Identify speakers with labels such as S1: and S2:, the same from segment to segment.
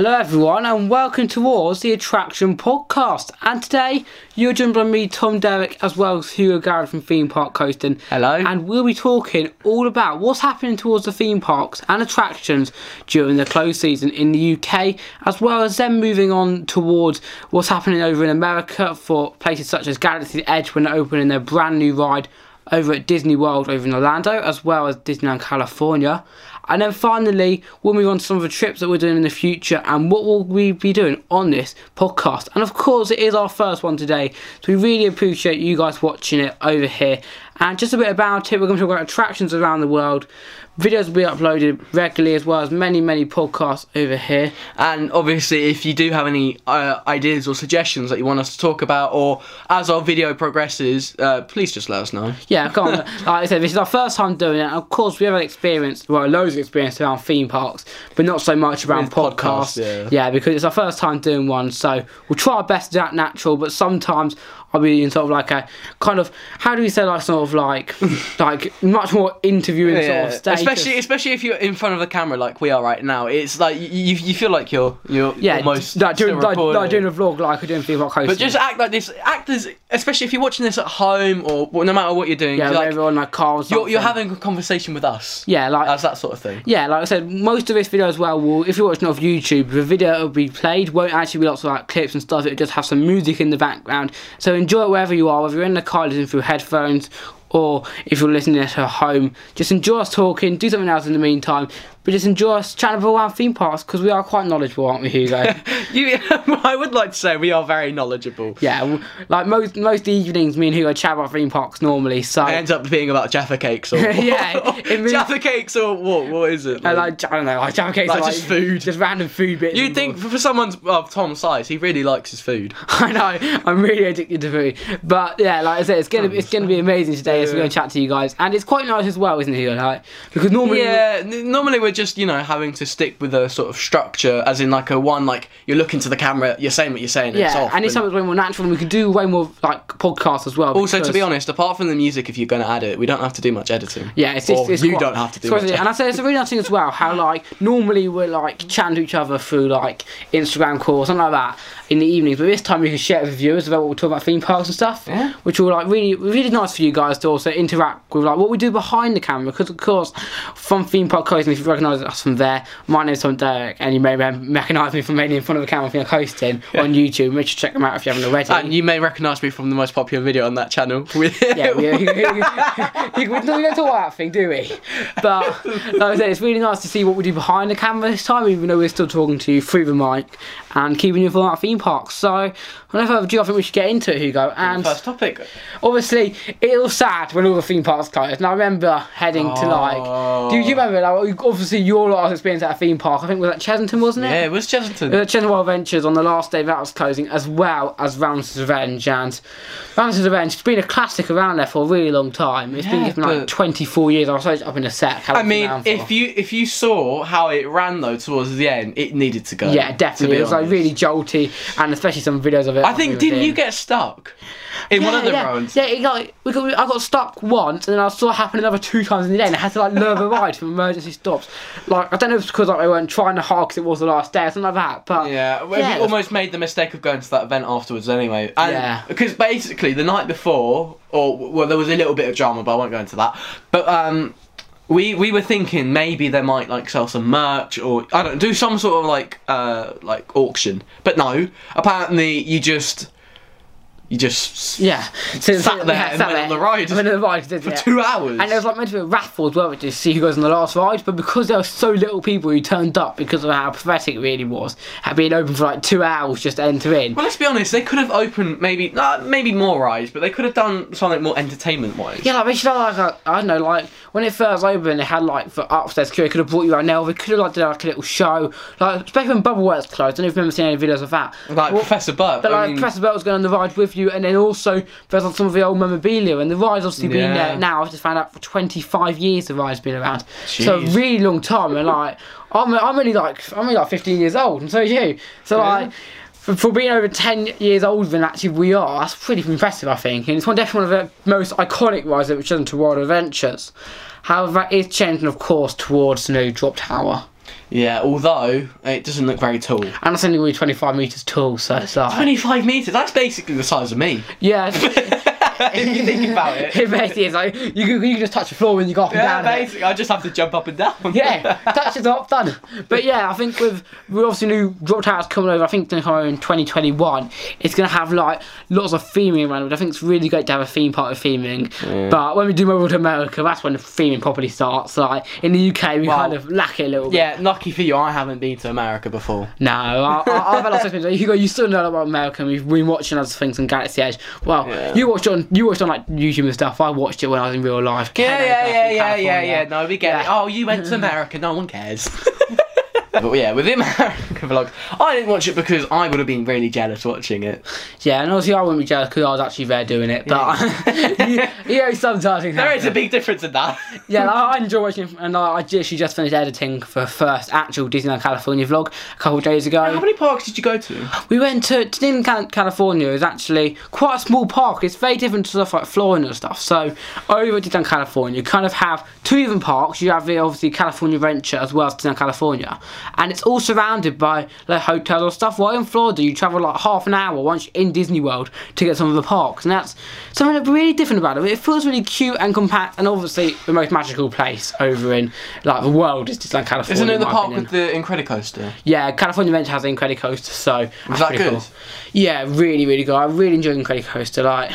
S1: Hello, everyone, and welcome towards the Attraction Podcast. And today, you're joined by me, Tom Derrick, as well as Hugo Garrett from Theme Park Coasting.
S2: Hello.
S1: And we'll be talking all about what's happening towards the theme parks and attractions during the close season in the UK, as well as then moving on towards what's happening over in America for places such as Galaxy's Edge when they're opening their brand new ride over at Disney World over in Orlando, as well as Disneyland California. And then finally, we'll move on to some of the trips that we're doing in the future and what will we be doing on this podcast. And of course, it is our first one today, so we really appreciate you guys watching it over here. And just a bit about it, we're going to talk about attractions around the world. Videos will be uploaded regularly, as well as many, many podcasts over here.
S2: And obviously, if you do have any uh, ideas or suggestions that you want us to talk about, or as our video progresses, uh, please just let us know.
S1: Yeah, come on. like I said, this is our first time doing it. And of course, we have had experience, well, loads of experience around theme parks, but not so much around
S2: With
S1: podcasts.
S2: podcasts, yeah.
S1: because it's our first time doing one, so we'll try our best to act natural. But sometimes I'll be in sort of like a kind of how do we say like sort of like like much more interviewing sort of stage.
S2: especially especially if you're in front of the camera like we are right now. It's like you you, you feel like you're you're
S1: yeah,
S2: almost
S1: like doing
S2: still
S1: like,
S2: recording.
S1: like doing a vlog like we're doing theme park hosting.
S2: But just act like this. Act as especially if you're watching this at home or well, no matter what you're doing.
S1: yeah,
S2: you're, like,
S1: everyone like cars.
S2: you're, you're having a conversation with us.
S1: yeah like
S2: that's that sort of thing.
S1: Yeah, like I said, most of this video as well will, if you're watching off YouTube, the video that will be played won't actually be lots of like clips and stuff. It'll just have some music in the background. So enjoy it wherever you are, whether you're in the car listening through headphones or if you're listening at home. Just enjoy us talking, do something else in the meantime, but just enjoy us chatting around theme parks because we are quite knowledgeable, aren't we, Hugo?
S2: You, I would like to say we are very knowledgeable.
S1: yeah, w- like most most evenings, me and Hugo chat about theme parks normally. So
S2: It ends up being about Jaffa cakes or
S1: Yeah, it means-
S2: Jaffa cakes or what? What is it?
S1: I
S2: like?
S1: like, I don't know, like, jam cakes
S2: Like,
S1: are,
S2: just food.
S1: just random food bits.
S2: You'd
S1: and
S2: think for someone of Tom's size, he really likes his food.
S1: I know. I'm really addicted to food. But yeah, like I said, it's gonna it's gonna be amazing today as we're gonna chat to you guys, and it's quite nice as well, isn't it? Like because normally
S2: Yeah, n- normally we're just you know having to stick with a sort of structure, as in like a one like you're looking to the camera, you're saying what you're saying, and
S1: Yeah,
S2: it's off.
S1: and it's
S2: and
S1: something way more natural, and we could do way more like podcasts as well.
S2: also, to
S1: because-
S2: be honest, apart from the music, if you're going to add it, we don't have to do much editing.
S1: Yeah, it's,
S2: Or
S1: it's, it's
S2: you
S1: quite-
S2: don't have to
S1: it's
S2: do
S1: quite-
S2: much.
S1: And I say it's a really nice thing as well. How like normally we're like chatting to each other through like Instagram calls, something like that, in the evenings. But this time we can share it with viewers about what we're talking about theme parks and stuff,
S2: Yeah.
S1: which will like really really nice for you guys to also interact with like what we do behind the camera. Because of course, from theme park coasting, if you recognise us from there, my name's Tom Derek, and you may rem- recognise me from mainly in front of the camera thing I coasting on YouTube. Make sure to check them out if you haven't already.
S2: And you may recognise me from the most popular video on that channel. yeah,
S1: Yeah, we, we, we, we, we don't talk about that thing, do we? But like I said, it's really nice to see what we do behind the camera this time, even though we're still talking to you through the mic and keeping you informed about theme parks. So, without further ado, I think we should get into it, Hugo. And
S2: First topic.
S1: obviously, it was sad when all the theme parks closed. And I remember heading to like, do you remember? Like, obviously, your last experience at a theme park, I think was at Chesington, wasn't it?
S2: Yeah, it was Chesterton.
S1: Uh, Chenoweth Ventures on the last day that was closing, as well as Ramses Revenge. And Ramses Revenge has been a classic around there for a really long time. It's been
S2: Yeah,
S1: given like
S2: but-
S1: 24 years. I was up in a sec. how
S2: I
S1: it's been
S2: mean,
S1: around for.
S2: if you if you saw how it ran though towards the end, it needed to go.
S1: yeah, definitely.
S2: to be
S1: It was like
S2: honest.
S1: really jolty, and especially some videos of it.
S2: I think didn't you get stuck in one of the
S1: yeah,
S2: rounds?
S1: Yeah, it got, we got, I got stuck once, and then I saw it happen another two times in the day, and I had to like learn the ride from emergency stops. Like I don't know if it's because like, they weren't trying to hard because it was the last day or something like that. But
S2: Yeah, well,
S1: Yeah, it
S2: we
S1: was-
S2: almost made the mistake of going to that event afterwards anyway. And
S1: Yeah.
S2: Because basically the night before, or well, there was a little bit of drama, but I won't go into that. But um, we we were thinking maybe they might like sell some merch or I don't do some sort of like uh like auction. But no, apparently you just you just
S1: Yeah, so
S2: Sat there in the middle of the ride.
S1: in the middle of the ride didn't
S2: for
S1: it?
S2: two hours.
S1: And it was like meant to be a raffle as well, which is see who goes on the last ride. But because there were so little people who turned up because of how pathetic it really was, had been open for like two hours just to enter in.
S2: Well, let's be honest. They could have opened maybe uh, maybe more rides, but they could have done something more entertainment wise.
S1: Yeah, like they should have like a, I don't know, like when it first opened, they had like for upstairs crew, they could have brought you around there. Or they could have like did like a little show, like especially when Bubble Works closed. I don't know if you've ever seen any videos of that.
S2: Like
S1: Well,
S2: Professor Burp.
S1: But
S2: I
S1: like
S2: mean-
S1: Professor Bell was going on the ride with you, and then also there's like, some of the old memorabilia, and the ride's obviously been
S2: Yeah.
S1: there now. I've just found out for 25 years the ride's been around, so a
S2: Jeez.
S1: really long time. And like I'm, I'm only like I'm only like 15 years old, and so is you. So
S2: Yeah.
S1: like. For, for being over 10 years older than actually we are, that's pretty impressive, I think. And it's one, definitely one of the most iconic rides that we've done to World Adventures. However, that is changing, of course, towards Snowdrop Tower.
S2: Yeah, although it doesn't look very tall.
S1: And it's only really 25 metres tall, so it's like.
S2: 25 metres, that's basically the size of me.
S1: yeah. it's-
S2: if you think about it.
S1: it basically is. Like, you, can, you can just touch the floor and you go up and
S2: Yeah,
S1: down. it.
S2: basically, I just have to jump up and down.
S1: Yeah, touch it up, done. But yeah, I think with we obviously new Drop Towers coming over, I think it's going to come over in 2021. It's going to have like lots of theming around it. I think it's really great to have a theme part of theming. But when we do move over to America, that's when the theming properly starts. Like in the UK, we
S2: Well,
S1: kind of lack it a little bit.
S2: yeah, lucky for you, I haven't been to America before.
S1: No, I, I, I've had lots of experience. Hugo, you still know about America. and We've been watching other things on Galaxy Edge. Well,
S2: Yeah.
S1: you watched it on you watched it on like YouTube and stuff. I watched it when I was in real life.
S2: Yeah,
S1: Came
S2: yeah,
S1: over
S2: yeah,
S1: from
S2: yeah, yeah,
S1: California.
S2: yeah. No, we get it.
S1: Yeah.
S2: Oh, you went to America. No one cares. but yeah, with the America vlog, I didn't watch it because I would have been really jealous watching it.
S1: Yeah, and obviously I wouldn't be jealous because I was actually there doing it. But you, you know, sometimes it
S2: There is a
S1: happens.
S2: big difference in that.
S1: yeah, like, I enjoy watching, it, and I I actually just finished editing for the first actual Disneyland California vlog a couple of days
S2: How
S1: ago.
S2: many parks did you go to?
S1: We went to, to Disneyland Cal- California. It's actually quite a small park. It's very different to stuff like Florida and stuff. So over at Disneyland California, you kind of have two different parks. You have the obviously California Adventure as well as Disneyland California, and it's all surrounded by like hotels or stuff. While in Florida, you travel like half an hour once you're in Disney World to get some of the parks, and that's something that's really different about it. It feels really cute and compact, and obviously the most magical place over in like the world is Disneyland California.
S2: Isn't
S1: in
S2: it the
S1: my
S2: park
S1: opinion.
S2: with the Incredicoaster?
S1: Yeah, California Adventure has Incredicoaster, so that's
S2: that
S1: pretty
S2: good?
S1: Cool. Yeah, really, really good. I really enjoyed Incredicoaster. Like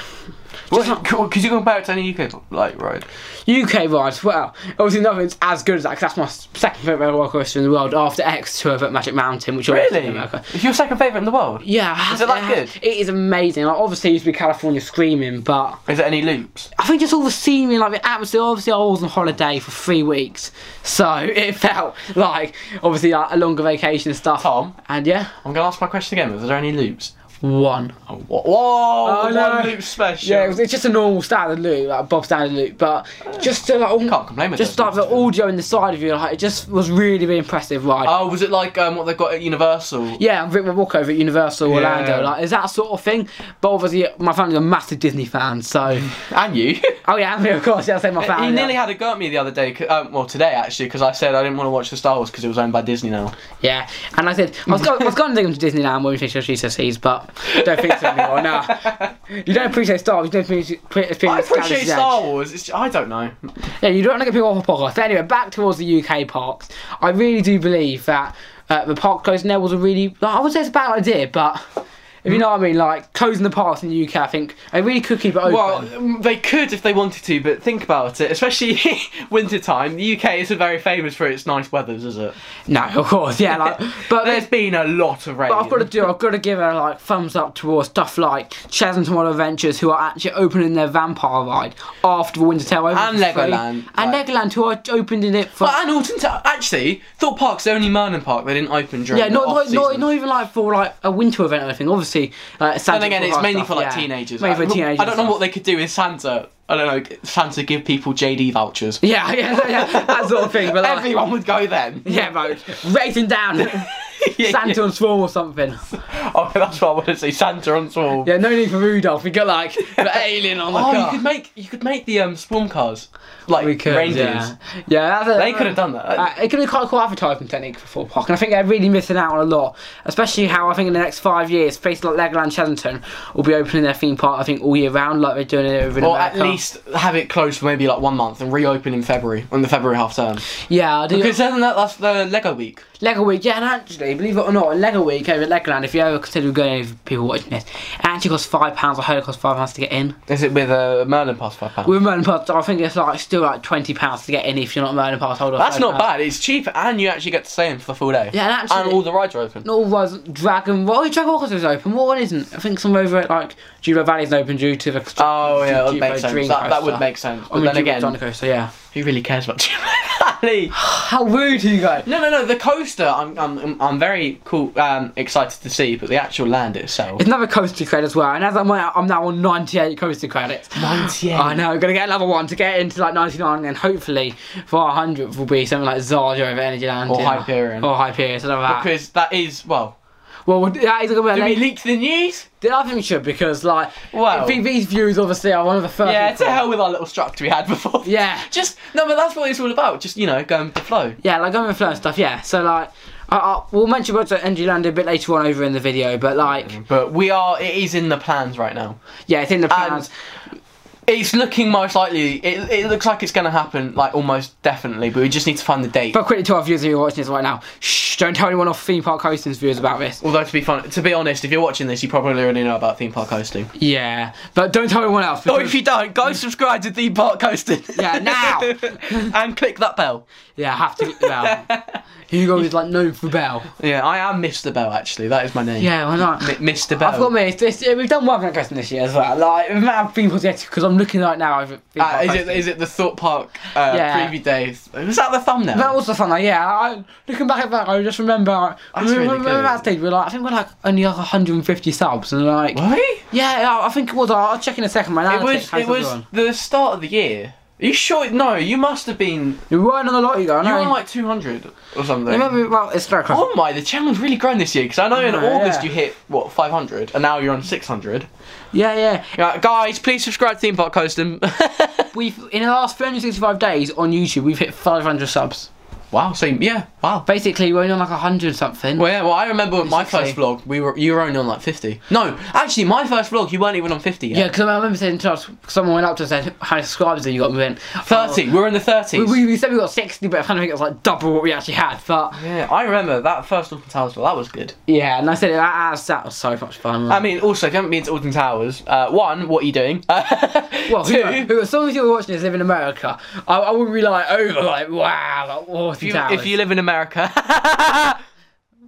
S2: What, could you compare it to any UK like ride?
S1: UK rides, well, obviously nothing's as good as that. 'cause that's my s- second favorite roller coaster in the world after X Tour at Magic Mountain, which obviously in
S2: Really?
S1: America.
S2: It's your second favourite in the world?
S1: Yeah,
S2: Is it that
S1: has- It is amazing. Like, obviously, it used to be California screaming, but
S2: Is there any loops?
S1: I think just all the scenery, like the atmosphere. Obviously, I was on holiday for three weeks, so it felt like obviously like, a longer vacation and stuff.
S2: Tom?
S1: and yeah,
S2: I'm gonna ask my question again. Was there any loops?
S1: one.
S2: Oh, wha- whoa!
S1: Oh,
S2: one
S1: no.
S2: loop special.
S1: Yeah, it was- it's just a normal standard loop, like Bob standard loop, but just to like all,
S2: Can't complain with
S1: just like
S2: those
S1: the
S2: ones.
S1: audio in the side of you, like it just was really, really impressive ride.
S2: Oh, was it like um, what they got at Universal?
S1: yeah, and Rick Walker over at Universal
S2: Yeah.
S1: Orlando, like is that sort of thing? But obviously, my family's a massive Disney fan, so
S2: And you?
S1: oh yeah, I mean, of course, yeah, I say my family.
S2: he nearly had a go at me the other day, 'cause- um, well today actually, because I said I didn't want to watch the Star Wars because it was owned by Disney now.
S1: Yeah, and I said I was, going, I was going to take him to Disneyland when we finished our GCSEs, but don't think so anymore. No, you don't appreciate Star Wars. You don't appreciate, appreciate
S2: I appreciate
S1: Galaxy's Edge.
S2: Star Wars. It's, I don't know.
S1: Yeah, you don't want to get people off a podcast. But anyway, back towards the UK parks. I really do believe that uh, the park closing there was a really, like, I would say it's a bad idea, but if you know what I mean, like closing the parks in the UK, I think they really could keep it open.
S2: Well, um, they could if they wanted to, but think about it. Especially winter time. The UK isn't very famous for its nice weathers, is it?
S1: no, of course, yeah, like, Uh, but
S2: There's
S1: there's.
S2: been a lot of rain.
S1: But I've got to do. I've got to give her like thumbs up towards stuff like Chaz and Tomorrow Adventures, who are actually opening their vampire ride after the Winter Tale.
S2: And Legoland,
S1: and
S2: like-
S1: Legoland, who are opened in it for.
S2: But and Alton Ta- actually, Thorpe Park's the only Merlin park they didn't open during.
S1: Yeah, not
S2: the
S1: not, not,
S2: off-season.
S1: not even like for like a winter event or anything. Obviously, uh, Santa.
S2: And again,
S1: Claus
S2: it's mainly
S1: stuff,
S2: for like
S1: yeah.
S2: teenagers.
S1: Mainly for
S2: I,
S1: teenagers.
S2: I don't know
S1: stuff.
S2: what they could do with Santa. I don't know. Santa give people JD vouchers.
S1: Yeah, yeah, yeah, that sort of thing. But like,
S2: Everyone would go then.
S1: yeah, but racing down Santa on Swarm or something.
S2: Oh, that's what I want to say. Santa on Swarm.
S1: Yeah, no need for Rudolph. We got like the alien on the
S2: Oh, you
S1: car.
S2: could make you could make the um swarm cars like reindeers.
S1: Yeah, yeah that's a,
S2: They could have done that.
S1: Uh, it could be quite a cool advertising technique for Fort Park, and I think they're really missing out on a lot. Especially how I think in the next five years, places like Legoland Chesington will be opening their theme park. I think all year round, like they're doing it over in
S2: or
S1: America.
S2: at least have it closed for maybe like one month and reopen in February on the February half term.
S1: yeah, I do.
S2: Because then that that's the Lego week.
S1: Lego Week, yeah, and actually, believe it or not, Lego Week over at Legoland, if you ever consider going, if people watching this, it actually costs £5. I heard it costs £5 to get in.
S2: Is it with a Merlin pass five pounds?
S1: With Merlin Pass, I think it's like still like £20 to get in if you're not a Merlin Pass holder.
S2: That's not
S1: £5.
S2: bad. It's cheap and you actually get to stay in for the full day.
S1: Yeah, and actually-
S2: and all the rides are open.
S1: Nor was Dragon Rock. Oh, Dragon Rock is open. What one isn't? I think some over at like Jubilee Valley is open due to the. construction
S2: Oh
S1: of
S2: yeah, that would
S1: Jupiter
S2: make sense.
S1: Dream
S2: That, that would
S1: Coaster.
S2: make sense.
S1: I
S2: But
S1: mean,
S2: then
S1: Jupiter
S2: again,
S1: Dream Coaster, yeah.
S2: who really cares about Jimmy Valley?
S1: How rude you go.
S2: No, no, no. The coaster, I'm, I'm, I'm- I'm very cool, um, excited to see, but the actual land itself.
S1: It's another coaster credit as well, and as I'm on, I'm now on 98 coaster credits.
S2: 98.
S1: I know, Oh, we're gonna get another one to get into like 99, and hopefully for our 100th will be something like Zarja over Energy Land
S2: Or
S1: you know.
S2: Hyperion.
S1: Or Hyperion, something like that.
S2: Because that is well.
S1: Well, that is going to be.
S2: Do
S1: a
S2: we
S1: late-
S2: leak the news?
S1: I think we should because like
S2: Well-
S1: big these views obviously are one of the first.
S2: Yeah, to
S1: people.
S2: hell with our little structure we had before.
S1: Yeah.
S2: Just no, but that's what it's all about. Just you know, going with the flow.
S1: Yeah, like going with flow and stuff. Yeah, so like I, I, we'll mention about Energy Land a bit later on over in the video, but like
S2: But we are. It is in the plans right now.
S1: yeah, it's in the
S2: Um,
S1: plans.
S2: It's looking most likely. It, it looks like it's going to happen, like almost definitely. But we just need to find the date.
S1: but quickly to our viewers who are watching this right now, shh, don't tell anyone off theme park hosting's views about this.
S2: Although to be fun, to be honest, if you're watching this, you probably already know about theme park hosting.
S1: Yeah, but don't tell anyone else.
S2: Or
S1: because-
S2: Oh, if you don't, go subscribe to theme park hosting.
S1: Yeah, now.
S2: and click that bell.
S1: yeah, I have to get the bell. Hugo is like known for bell.
S2: Yeah, I am Mr. Bell actually. That is my name.
S1: Yeah, why not?
S2: M- Mr. Bell.
S1: I've got me. It's, it's, we've done one that question this year as well. Like, the amount of people because I'm looking right now. over theme
S2: Uh,
S1: park
S2: is it
S1: hosting.
S2: is it the Thought Park uh,
S1: Yeah.
S2: preview days? Was that the thumbnail?
S1: That was the fun, like, yeah. I, looking back at that, I just remember. Like,
S2: That's
S1: remember,
S2: really
S1: remember
S2: good.
S1: that stage? We're like, I think we're like only like 150 subs, and like,
S2: Really?
S1: yeah, yeah, I think it was. I'll check in a second. My
S2: It was it was the start of the year. Are you sure? No, you must have been.
S1: You're right on the lot, you go. I
S2: You were
S1: know.
S2: on like 200 or something.
S1: remember, well, it's very close.
S2: Oh my, the channel's really grown this year because I know in
S1: Yeah,
S2: August
S1: yeah.
S2: you hit what 500 and now you're on 600.
S1: Yeah, yeah.
S2: Yeah, guys, please subscribe to Theme Park Coasting.
S1: We've in the last 365 days on YouTube, we've hit 500 subs.
S2: wow, so yeah, wow.
S1: Basically, we're only on like 100 something.
S2: Well, yeah, well, I remember with my
S1: Basically.
S2: first vlog, we were you were only on like 50. No, actually, my first vlog, you weren't even on 50 yet.
S1: Yeah, because I remember saying to us, someone went up to us and said, How many subscribers have you got? We went,
S2: 30. we were in the
S1: We,
S2: 30s.
S1: we, we said we got 60, but I kind of think it was like double what we actually had. But
S2: Yeah, I remember that first Alton Towers vlog. That was good.
S1: yeah, and I said that, that, that was so much fun.
S2: I mean, also, if you haven't been to Alton Towers, uh, one, what are you doing?
S1: well,
S2: two,
S1: who, who, as long as you're watching this live in America, I, I would be like over, like, wow, like,
S2: if,
S1: awesome
S2: you,
S1: towers.
S2: if you live in America.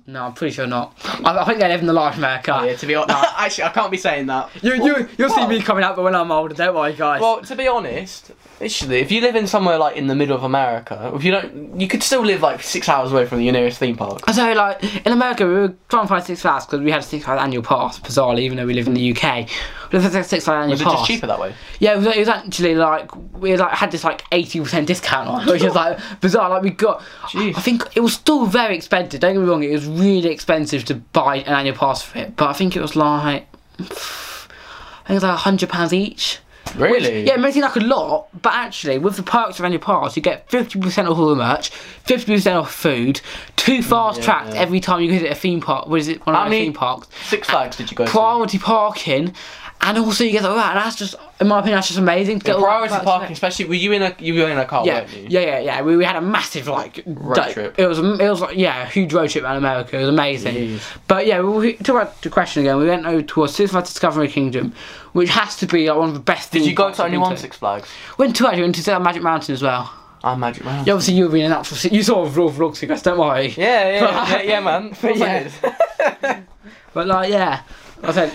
S1: No, I'm pretty sure not. I, I think they live in the large America.
S2: Oh, yeah, to be honest, actually, I can't be saying that.
S1: You, you, you'll see
S2: Well-
S1: me coming out, but when I'm older, don't worry, guys.
S2: Well, to be honest, actually, if you live in somewhere like in the middle of America, if you don't, you could still live like six hours away from your nearest theme park.
S1: So, like, in America, we were trying to find Six Flags because we had a Six Flags annual pass, bizarrely, even though we live in the UK. We had a Six Flags annual
S2: Was it
S1: pass.
S2: just cheaper that way?
S1: Yeah, it was, it was actually like we like had this like eighty percent discount on, which is like bizarre. Like we got,
S2: Jeez.
S1: I think it was still very expensive. Don't get me wrong, it was really expensive to buy an annual pass for it, but I think it was like. I think it was like hundred pounds each.
S2: Really?
S1: Yeah, it may seem like a lot, but actually, with the perks of annual pass, you get fifty percent off all the merch, fifty percent off food, two fast tracks
S2: yeah.
S1: every time you visit a theme park. What is it? One of
S2: I
S1: our
S2: mean-
S1: theme parks
S2: Six Flags did you go to?
S1: priority parking, and also you get the right. That's just, in my opinion, that's just amazing. To get all that
S2: Priority
S1: perks in
S2: parking,
S1: it.
S2: especially. Were you in a you were in a car?
S1: Yeah,
S2: weren't you?
S1: yeah, yeah, yeah. We, we had a massive like road
S2: trip.
S1: It was it was like yeah, a huge road trip around America. It was amazing.
S2: Jeez.
S1: But yeah, we, we talk about the question again. We went over towards Six Flags Discovery Kingdom, which has to be like, one of the best.
S2: Did you go to only one Six Flags?
S1: Went to actually went to see, like, Magic Mountain as well.
S2: I'm Uh, Magic Mountain.
S1: Yeah, obviously you were being an actual. se- You saw a vlog vlog so guys, don't worry.
S2: Yeah, yeah, yeah, yeah, man.
S1: Yeah. But like, yeah, I said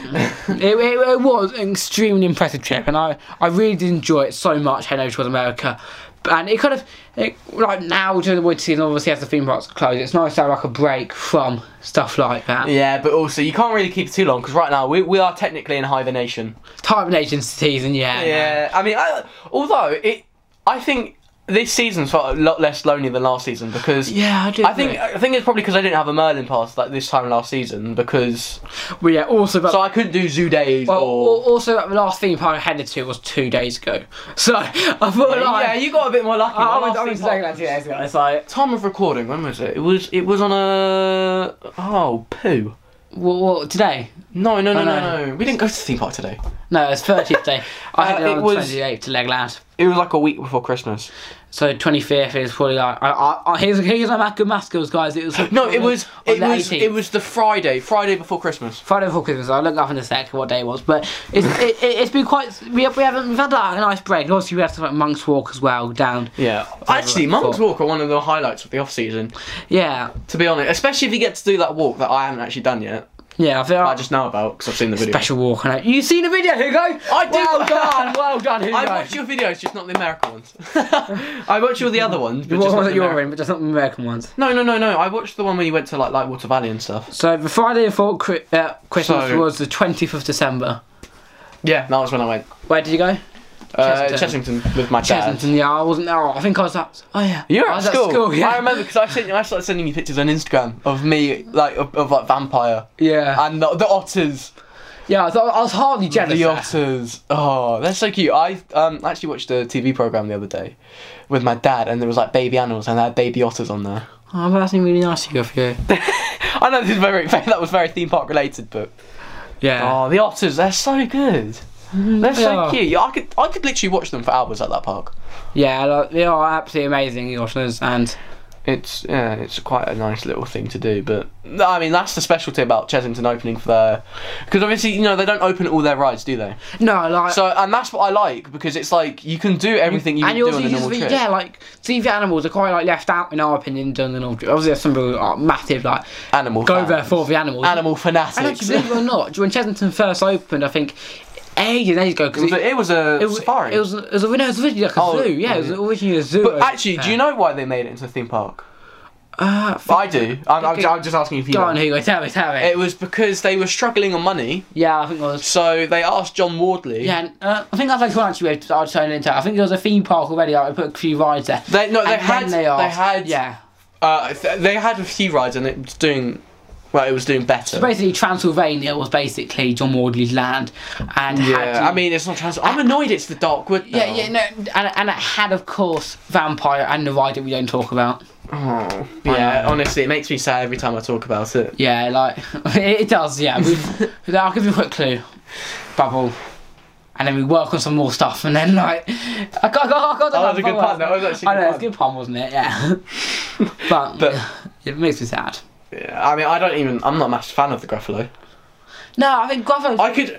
S1: it, it, it was an extremely impressive trip, and I, I really did enjoy it so much heading over towards America. And it kind of it, like now during the winter season, obviously as the theme parks close, it's nice to have like a break from stuff like that.
S2: Yeah, but also you can't really keep it too long because right now we, we are technically in hibernation.
S1: Hibernation season, yeah.
S2: Yeah, I mean, I, although it, I think this season's felt a lot less lonely than last season because
S1: Yeah, I do.
S2: I think
S1: agree.
S2: I think it's probably because I didn't have a Merlin pass like this time last season because
S1: Well, yeah. Also, but
S2: so I couldn't do zoo days
S1: well, al-
S2: or.
S1: also the last theme park I headed to was two days ago, so I thought like
S2: yeah, you got a bit more lucky.
S1: I, I
S2: My
S1: was,
S2: last
S1: I was
S2: theme park
S1: exactly like two
S2: was-
S1: days ago. It's like
S2: Time of recording, when was it? It was it was on a oh poo.
S1: what, what today?
S2: No, no, no,
S1: Oh,
S2: no,
S1: no.
S2: no. We didn't go to the theme park today.
S1: No, it's 30th day. I headed
S2: Uh, it
S1: on
S2: was-
S1: the 28th to Legoland.
S2: It was like a week before Christmas.
S1: So 25th is probably like I, I, I, here's here's my Mac- good math skills, guys. It was
S2: No, it was
S1: Oh, on
S2: it
S1: the
S2: was
S1: 18th.
S2: it was the Friday, Friday before Christmas.
S1: Friday before Christmas. I'll look up in a sec what day it was, but it's it, it, it's been quite we, have, we haven't we've had like a nice break. And Obviously, we had stuff like Monk's Walk as well down.
S2: Yeah,
S1: Friday
S2: actually, Monk's Walk are one of the highlights of the off season.
S1: Yeah,
S2: To be honest, especially if you get to do that walk that I haven't actually done yet.
S1: yeah. I feel
S2: I
S1: like
S2: just know about because I've seen the video.
S1: special walk. And I, you seen the video, Hugo?
S2: I did.
S1: Well done, well done, Hugo.
S2: I watch your videos, just not the American ones. I watch all the other ones, but
S1: the ones
S2: just not
S1: that
S2: the
S1: you're
S2: Ameri-
S1: in, but just not the American ones.
S2: No, no, no, no. I watched the one where you went to like Lightwater Valley and stuff.
S1: So the Friday before Chri- uh, Christmas
S2: So-
S1: was the 20th of December.
S2: Yeah, that was when I went.
S1: Where did you go?
S2: Uh,
S1: Chessington.
S2: Chessington with my dad.
S1: Chessington, yeah, I wasn't there. I think I was at. Oh yeah,
S2: You were
S1: I
S2: at
S1: was
S2: school.
S1: yeah.
S2: I remember because I sent I started sending you pictures on Instagram of me like of, of like vampire
S1: Yeah,
S2: and the, the otters,
S1: yeah. I, thought, I was hardly jealous.
S2: the
S1: there.
S2: otters. Oh, that's so cute. I um actually watched a TV program the other day with my dad, and there was like baby animals and they had baby otters on there.
S1: Oh, that's been really nice of you. for you.
S2: I know this is very that was very theme park related, but
S1: Yeah.
S2: oh, the otters, they're so good. They're
S1: they
S2: so
S1: are.
S2: cute. I could I could literally watch them for hours at that park.
S1: Yeah, like, they are absolutely amazing, the otters, and
S2: It's yeah, it's quite a nice little thing to do, but no, I mean that's the specialty about Chessington opening for their, because obviously you know they don't open all their rides, do they?
S1: no, like
S2: So and that's what I like because it's like you can do everything you
S1: and
S2: would
S1: you
S2: do
S1: also
S2: on a
S1: use
S2: normal
S1: the,
S2: trip.
S1: yeah, like see the animals are quite like left out in our opinion during the normal trip. Obviously, there's some people who are massive like
S2: Animal
S1: go
S2: fans.
S1: there for the animals.
S2: animal
S1: and actually,
S2: fanatics.
S1: believe it or not, when Chessington first opened, I think ages and ages ago
S2: It was
S1: because
S2: a, it was a
S1: it was
S2: safari.
S1: It was, it was, no, it was originally like a
S2: Oh,
S1: zoo. Yeah, it was originally a zoo.
S2: but actually, do you know why they made it into a theme park?
S1: Uh,
S2: I do. I'm, I'm,
S1: Okay.
S2: I'm just asking if you.
S1: go
S2: know.
S1: on, Hugo. Tell me, tell me.
S2: It was because they were struggling on money,
S1: yeah, I think it was.
S2: so they asked John Wardley.
S1: Yeah, and, uh, I think that's like one actually I'd I'd turn it into. I think there was a theme park already. I put a few rides there.
S2: They- no, they
S1: And then
S2: had-
S1: They,
S2: they
S1: asked-
S2: had-
S1: Yeah.
S2: Uh, th- they had a few rides and it was doing, well, it was doing better.
S1: So basically, Transylvania was basically John Wardley's land, and had
S2: Yeah, I mean, it's not trans. I'm annoyed it's the Dark Wood. Now.
S1: Yeah, yeah, no, and, and it had, of course, Vampire and the ride that we don't talk about.
S2: Oh,
S1: I
S2: yeah,
S1: know.
S2: honestly, it makes me sad every time I talk about it.
S1: Yeah, like, it, it does, yeah. We, I'll give you a quick clue. Bubble. And then we work on some more stuff, and then, like, I got, I got, I got
S2: That was a good pun, that was actually a
S1: I know,
S2: good
S1: it's a good pun, wasn't it? Yeah. but,
S2: But-
S1: it makes me sad.
S2: Yeah, I mean, I don't even. I'm not a massive fan of the Gruffalo.
S1: No, I think Gruffalo.
S2: I could,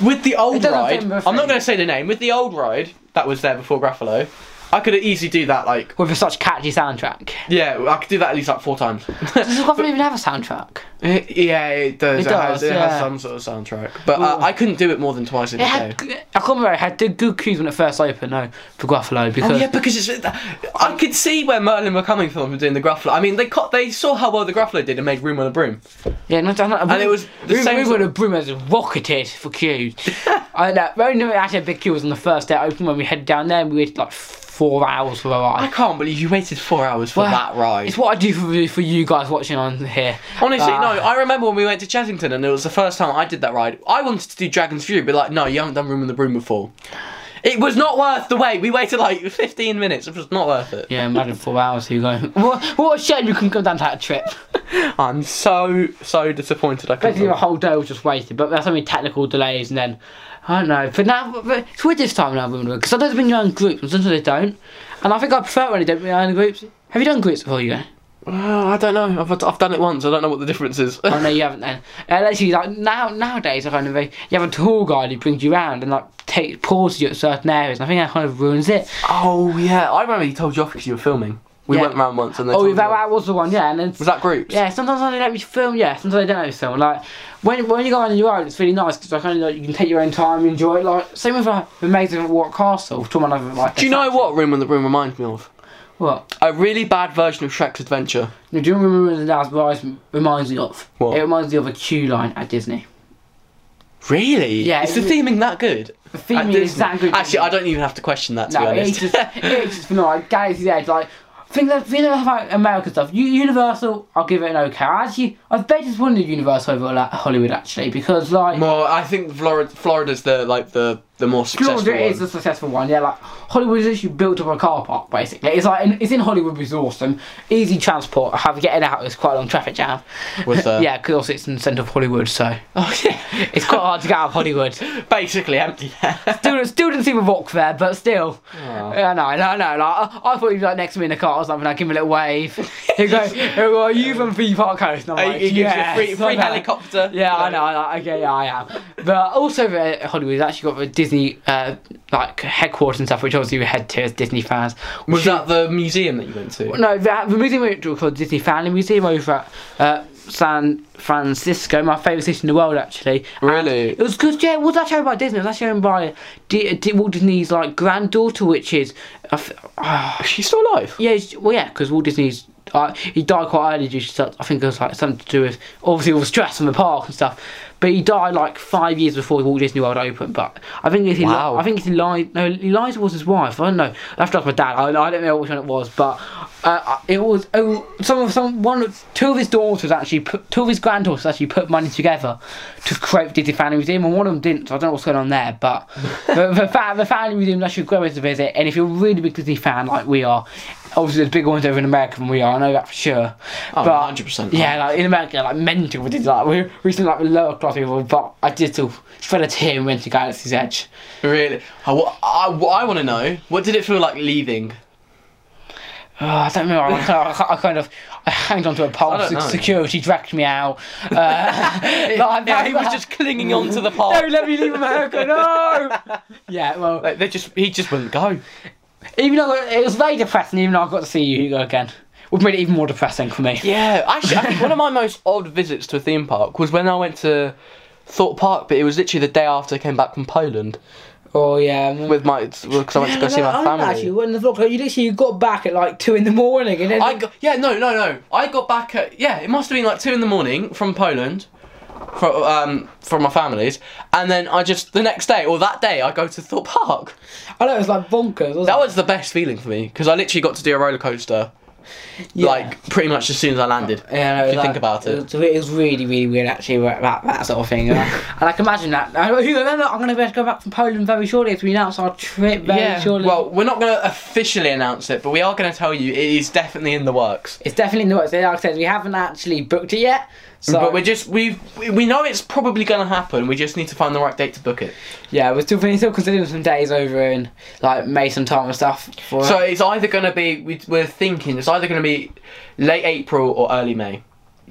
S2: with the
S1: It
S2: old
S1: doesn't
S2: ride.
S1: fit my
S2: I'm not
S1: thing.
S2: going to say the name. With the old ride that was there before Gruffalo, I could easily do that. Like,
S1: with such catchy soundtrack.
S2: yeah, I could do that at least like four times.
S1: Does Gruffalo even have a soundtrack?
S2: yeah, it does.
S1: It
S2: It,
S1: does,
S2: has, it
S1: yeah.
S2: has some sort of soundtrack, but uh,
S1: Ooh.
S2: I couldn't do it more than twice in
S1: It
S2: a
S1: had,
S2: day.
S1: I can't remember, it had good, good cues when it first opened, though, for Gruffalo, because.
S2: Oh yeah, because it's. I could see where Merlin were coming from for doing the Gruffalo. I mean, they caught, they saw how well the Gruffalo did and made room on a broom.
S1: Yeah, no, no, no, and
S2: it was the
S1: we,
S2: same
S1: we would
S2: sort-
S1: have Brumers rocketed for queues. I know. We only actually had big queues on the first day it opened when we headed down there, and we waited like four hours for a
S2: I
S1: ride.
S2: can't believe you waited four hours for
S1: Well,
S2: that ride.
S1: It's what I do for for you guys watching on here.
S2: Honestly,
S1: Uh,
S2: no. I remember when we went to Chessington and it was the first time I did that ride. I wanted to do Dragon's Fury, but like, no, you haven't done Room in the Broom before. It was not worth the wait. We waited like 15 minutes. It was not worth it.
S1: Yeah, imagine four hours. You go. What, what a shame you can come down to that trip.
S2: I'm so so disappointed. I couldn't.
S1: Basically, the whole day was just wasted. But there's so many technical delays, and then I don't know. But now but it's weird this time now, because sometimes they bring your own groups, and sometimes they don't. And I think I prefer it when they don't bring their own groups. Have you done groups before, you?
S2: Well, I don't know. I've, I've done it once. I don't know what the difference is.
S1: Oh no, you haven't then. Uh, literally, like now nowadays, I kind of you have a tour guide who brings you around and like take pauses you at certain areas. And I think that kind of ruins it.
S2: oh yeah, I remember you told you off because you were filming. We
S1: Yeah.
S2: went round once and then.
S1: Oh,
S2: told
S1: that,
S2: you off.
S1: that was the one, yeah. And then
S2: Was that groups?
S1: yeah, sometimes they let me film. Yeah, sometimes they don't let me film. Like when when you go on your own, it's really nice because I kind of like, you can take your own time, enjoy it. Like same with like Amazing at Warwick Castle. Talking about another, like.
S2: Do you know what Room in the Broom reminds me of?
S1: What?
S2: A really bad version of Shrek's Adventure.
S1: No, do you remember when the last rise reminds me of?
S2: What?
S1: It reminds me of a queue line at Disney.
S2: Really?
S1: Yeah,
S2: Is the
S1: it-
S2: theming that good?
S1: The theme
S2: At
S1: is
S2: Disney?
S1: that good.
S2: Actually, I don't even have to question that to
S1: No,
S2: be
S1: it's
S2: honest.
S1: just it's just phenomenal. Like, Galaxy's Edge, like think that think about American stuff. U- Universal, I'll give it an okay. I actually, I bet it's one of Universal over like, Hollywood actually because like
S2: Well, I think Florida, Florida's the like the the more successful
S1: Florida is
S2: one.
S1: a successful one. Yeah, like Hollywood is actually built up a car park basically. It's like in, it's in Hollywood, which is awesome. Easy transport. Have getting out is quite a long traffic jam.
S2: Was there?
S1: yeah, because it's in the centre of Hollywood, so
S2: Uh. Oh yeah,
S1: it's quite hard to get out of Hollywood.
S2: basically empty.
S1: Oh. Still, still didn't seem a walk there, but still.
S2: Aw.
S1: Yeah, no, no, no. Like, I, I thought he was like next to me in the car or something. I give him a little wave. He go, he'll go, "Are you from V Park Coast?" And I'm like,
S2: It gives Oh, you a
S1: "Yes,
S2: free, free
S1: I know."
S2: helicopter.
S1: Yeah, I know. I know. Okay, yeah, I am. But also, uh, Hollywood's actually got the Disney uh, like headquarters and stuff, which obviously we head to as Disney fans.
S2: Was that the museum that you went to?
S1: No, the, the museum we were called Disney Family Museum over at uh, San Francisco, my favourite city in the world, actually.
S2: Really?
S1: It was because yeah, it was actually owned by Disney. It was actually owned by D- D- Walt Disney's like granddaughter, which is, I f- ah,
S2: She's still alive.
S1: yeah, it's- well, yeah, because Walt Disney's Uh, he died quite early due to stuff- I think it was like something to do with obviously all the stress from the park and stuff. But he died like five years before Walt Disney World opened. But I think it's he, li-
S2: Wow.
S1: I think it's he lied. No, he lied towards his wife. I don't know. That's just my dad. I, I don't know which one it was, but. Uh, it was oh, some of some one of two of his daughters actually put two of his granddaughters actually put money together to create the Disney Family Museum, and one of them didn't. So I don't know what's going on there, but the, the, fa- the Family Museum is actually a great place to visit. And if you're a really big Disney fan like we are, obviously there's bigger ones over in America than we are. I know that for sure.
S2: Oh,
S1: But-
S2: 100%.
S1: Yeah, like in America, like mental. We did like we recently like the lower class people, but I did still spread a tear and went to Galaxy's Edge.
S2: Really? I, wa- I, want to know, what did it feel like leaving?
S1: Oh, I don't know. I, kind of, I kind of I hanged onto a pole.
S2: I don't
S1: se-
S2: know.
S1: Security dragged me out. Uh, like,
S2: yeah, he was just clinging on to the park.
S1: No, let me leave America. No. yeah, well,
S2: Like, they just, he just wouldn't go.
S1: even though it was very depressing, even though I got to see you Hugo again, which made it even more depressing for me.
S2: Yeah, actually, I think one of my most odd visits to a theme park was when I went to Thorpe Park, but it was literally the day after I came back from Poland
S1: Oh yeah. I remember-
S2: with my because I went to go see
S1: I
S2: my
S1: remember
S2: family.
S1: Actually, when the vlog, you literally got back at like two in the morning, and then
S2: I got, yeah, no, no, no. I got back at yeah, it must have been like two in the morning from Poland, from um from my family's, and then I just the next day or that day I go to Thorpe Park.
S1: I know it was like bonkers. Wasn't
S2: That
S1: it?
S2: was the best feeling for me because I literally got to do a roller coaster
S1: Yeah.
S2: like pretty much as soon as I landed.
S1: Yeah,
S2: if you
S1: that-
S2: think about it.
S1: was, it was really, really weird actually that, that, that sort of thing. and I and I can imagine that. I, you remember, I'm going to be able to go back from Poland very shortly as we announce our trip very shortly.
S2: Well, we're not going to officially announce it, but we are going to tell you it is definitely in the works.
S1: it's definitely in the works. Like I said, we haven't actually booked it yet. So
S2: But we're just we we know it's probably going to happen. We just need to find the right date to book it.
S1: yeah, we're still we're still considering some days over in like May sometime and stuff. For
S2: So it's either going to be we, we're thinking it's either going to be late April or early May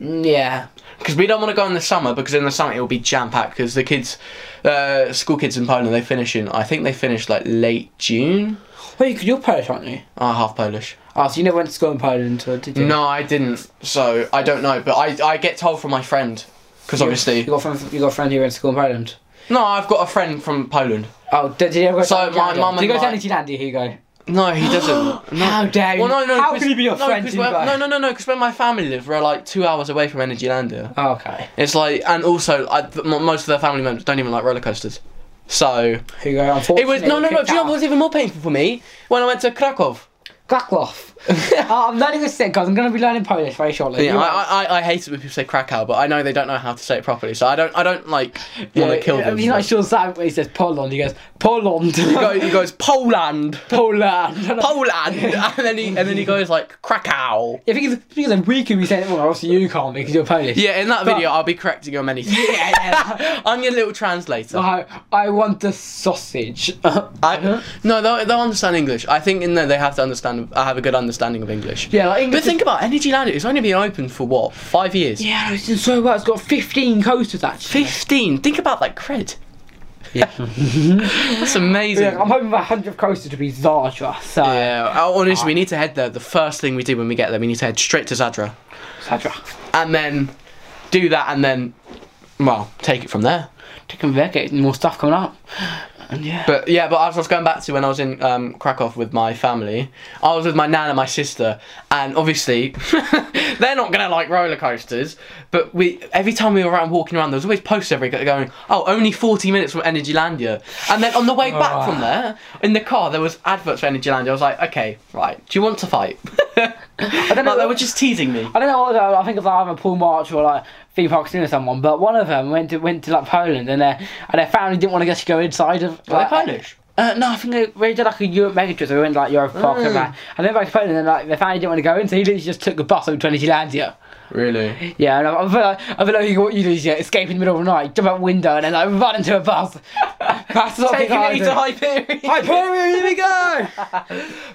S1: Mm, yeah,
S2: because we don't want to go in the summer because in the summer it will be jam packed because the kids, uh, school kids in Poland they finish in I think they finish like late June.
S1: well, you, you're Polish, aren't you?
S2: Ah, half Polish.
S1: Oh, so you never went to school in Poland, or did you?
S2: No, I didn't. So I don't know, but I I get told from my friend because
S1: You-
S2: obviously
S1: you got a friend. You got a friend who went to school in Poland.
S2: no, I've got a friend from Poland.
S1: Oh, did, did you ever go?
S2: So
S1: to
S2: my mum
S1: Did you
S2: and
S1: go to
S2: my-
S1: Disneyland? Did you go?
S2: No, he doesn't. No.
S1: How dare you?
S2: Well, no, no.
S1: How
S2: 'cause-
S1: can you be your
S2: no,
S1: friend?
S2: 'cause
S1: in
S2: where-
S1: Poland?
S2: No, no, no, no. Because where my family live, we're like two hours away from Energylandia.
S1: Oh, okay.
S2: It's like, and also, I, th- m- most of their family members don't even like roller coasters. So
S1: Hugo, unfortunately.
S2: it was no, no, no.
S1: kicked
S2: Do you know
S1: out.
S2: what was even more painful for me when I went to Krakow?
S1: Krakow. oh, I'm learning this thing, guys. I'm going to be learning Polish very shortly.
S2: Yeah, I, I, I hate it when people say Krakow, but I know they don't know how to say it properly. So I don't, I don't like want to kill
S1: I
S2: them.
S1: mean, like Sean Sam, when he says Poland, he goes, Poland.
S2: he, go, he goes Poland,
S1: Poland.
S2: Poland, and then he, and then he goes like Krakow.
S1: Yeah, because, because we could be saying it wrong, obviously you can't because you're Polish.
S2: Yeah, in that
S1: But-
S2: video, I'll be correcting you on many things.
S1: Yeah, yeah. Oh,
S2: I'm your little translator.
S1: I, I want the sausage.
S2: I, no, they'll, they'll understand English. I think in there they have to understand. I have a good understanding of English.
S1: Yeah, like English
S2: But think about Energy Land. It's only been open for what five years.
S1: yeah, it's doing so well. It's got 15 coasters actually.
S2: Fifteen. Think about that cred.
S1: Yeah.
S2: That's amazing.
S1: Yeah, I'm hoping for 100 coasters to be Zadra. So,
S2: Yeah, oh, honestly, we need to head there. The first thing we do when we get there, we need to head straight to Zadra,
S1: Zadra.
S2: and then do that, and then, well, take it from there.
S1: Taking Vega, more stuff coming up. And yeah.
S2: But yeah, but as I was going back to when I was in um, Krakow with my family, I was with my nan and my sister, and obviously they're not gonna like roller coasters. But we every time we were around walking around, there was always posts everywhere going, "Oh, only 40 minutes from Energylandia," and then on the way back from there in the car, there was adverts for Energylandia. I was like, "Okay, right, do you want to fight?" I
S1: don't know-
S2: they were just teasing me.
S1: I don't know. what I think of like either Paul March or like Fee Parkinson or someone, but one of them went to went to like Poland and their and their family didn't want to just go inside of.
S2: Are they
S1: Like,
S2: Polish?
S1: Uh, no, I think they they did like a Europe mega trip. So we went like Europe Park
S2: Oh.
S1: and that. And then back to Poland, and like their family didn't want to go in, so he literally just took the bus over to Energylandia.
S2: Really?
S1: Yeah, and I, I feel like I feel like what you do is yeah, escape in the middle of the night, jump out the window, and then like run into a bus. That's not
S2: Taking it to Hyperion.
S1: Hyperion, here we go.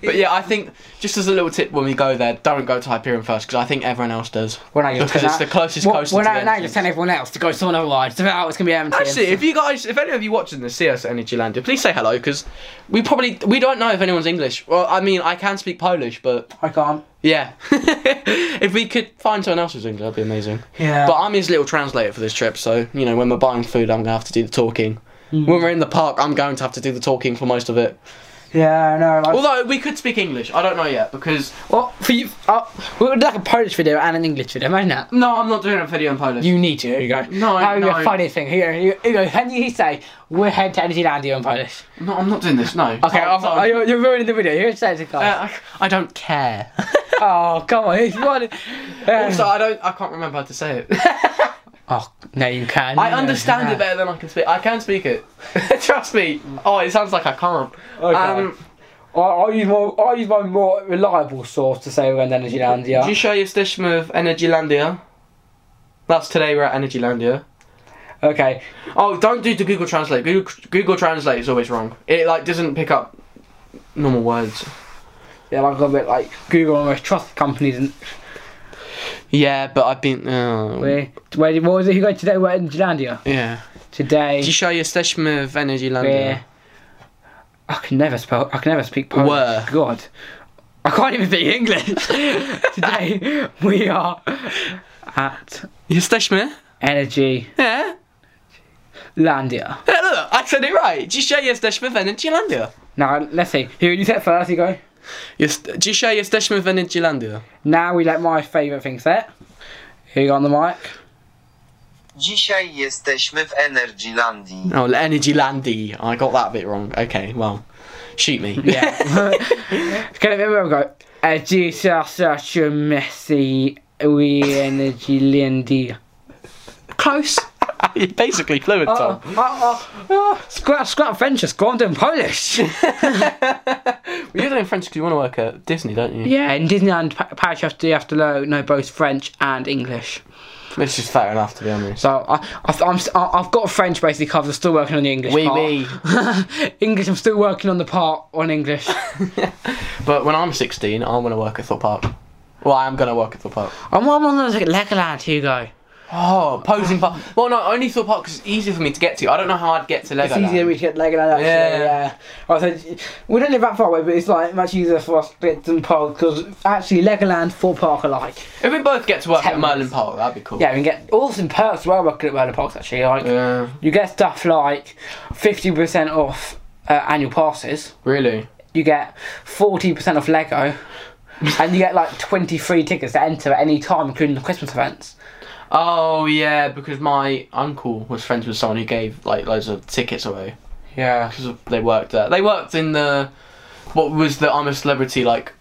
S2: But yeah, I think just as a little tip, when we go there, don't go to Hyperion first because I think everyone else does.
S1: We're now just
S2: because it's the
S1: telling-
S2: closest
S1: we're-
S2: coaster.
S1: We're
S2: to
S1: now,
S2: the
S1: now
S2: entrance.
S1: just telling everyone else to go to someone other ride. So now it's gonna be empty.
S2: Actually, if you guys, if any of you watching this see us at Energylandia, please say hello because we probably we don't know if anyone's English. Well, I mean, I can speak Polish, but
S1: I can't.
S2: yeah, if we could find someone else who's English, that'd be amazing.
S1: Yeah.
S2: But I'm his little translator for this trip, so you know, when we're buying food, I'm gonna have to do the talking. When we're in the park, I'm going to have to do the talking for most of it.
S1: Yeah, I know. Like,
S2: Although we could speak English, I don't know yet because
S1: well, for you, uh, we would do like a Polish video and an English video. Imagine that.
S2: no, I'm not doing a video in Polish.
S1: You need to. Here you go.
S2: No, I-
S1: That'd be
S2: no.
S1: a funny thing. Here, here, here you go. Can you say we're head to Energylandia in Polish?
S2: no, I'm not doing this. No.
S1: Okay,
S2: Tom,
S1: I'll,
S2: Tom.
S1: oh, you're, you're ruining the video. Here it says it, guys.
S2: Uh, I, I don't care.
S1: oh, come on. It's one.
S2: also, I don't. I can't remember how to say it.
S1: oh, no, you can.
S2: I understand it better than I can speak. I can speak it. Trust me. Oh, it sounds like I can't.
S1: Okay.
S2: Um,
S1: I, I use my I use my more reliable source to say we're in Energylandia.
S2: Do you show your stishma of Energylandia? That's today we're at Energylandia.
S1: Okay.
S2: Oh, don't do the Google Translate. Google, Google Translate is always wrong. It like doesn't pick up normal words.
S1: Yeah, like a bit like Google almost trust companies and
S2: Yeah, but I've been. Uh,
S1: where where what was it you go today? We're in Energylandia.
S2: Yeah.
S1: Today
S2: Do you show your stishma of Energylandia?
S1: we're I can never spell I can never speak Polish.
S2: Were.
S1: God. I can't even speak English. today we are at
S2: Your stishma?
S1: Energy
S2: Yeah.
S1: Landia.
S2: Yeah, look, I said it right. Do you show your stishma of Energylandia?
S1: Now let's see. Who you said first you go?
S2: Your st- do you show your stishma of Energylandia?
S1: Now we let my favourite thing set. Here you go on the mic.
S3: Dzisiaj jesteśmy w Energylandii.
S2: Oh, Energylandia. I got that bit wrong. Okay, well, shoot me.
S1: Yeah. it's gonna be where we go. Uh, Jesus, such a messy we energy Lindy. Close.
S2: You're basically fluent,
S1: Oh,
S2: Tom.
S1: oh, oh. Scrap, scrap French has gone to Polish.
S2: You're doing French because you want to work at Disney, don't you?
S1: yeah, in Disneyland Pa- Paris, you have to, you have to know, know both French and English.
S2: Which is fair enough, to be honest.
S1: So I, I, I'm, s- I- I've got French basically covered. I'm still working on the English
S2: Wee
S1: part.
S2: wee.
S1: English, I'm still working on the part on English.
S2: But when I'm 16, I want to work at Thorpe Park. Well, I am going to work at Thorpe Park.
S1: I'm, I'm on those like Legoland, Hugo.
S2: Oh, posing park. Well, no, only Thorpe Park 'cause it's easier for me to get to. I don't know how I'd get to Lego.
S1: It's easier we get Legoland actually,
S2: Yeah.
S1: yeah. I said, we don't live that far away, but it's like much easier for us to get to Park because actually Legoland, Fort Park alike.
S2: If we both get to work at
S1: Ten
S2: Merlin
S1: minutes.
S2: Park, that'd be cool.
S1: Yeah, we can get awesome perks while working at Merlin Parks actually. Like,
S2: Yeah.
S1: You get stuff like 50% off uh, annual passes,
S2: Really?
S1: you get 40% off Lego, and you get like 23 tickets to enter at any time, including the Christmas events.
S2: Oh yeah, because my uncle was friends with someone who gave like loads of tickets away
S1: Yeah.
S2: because they worked there. They worked in the what was the I'm a celebrity like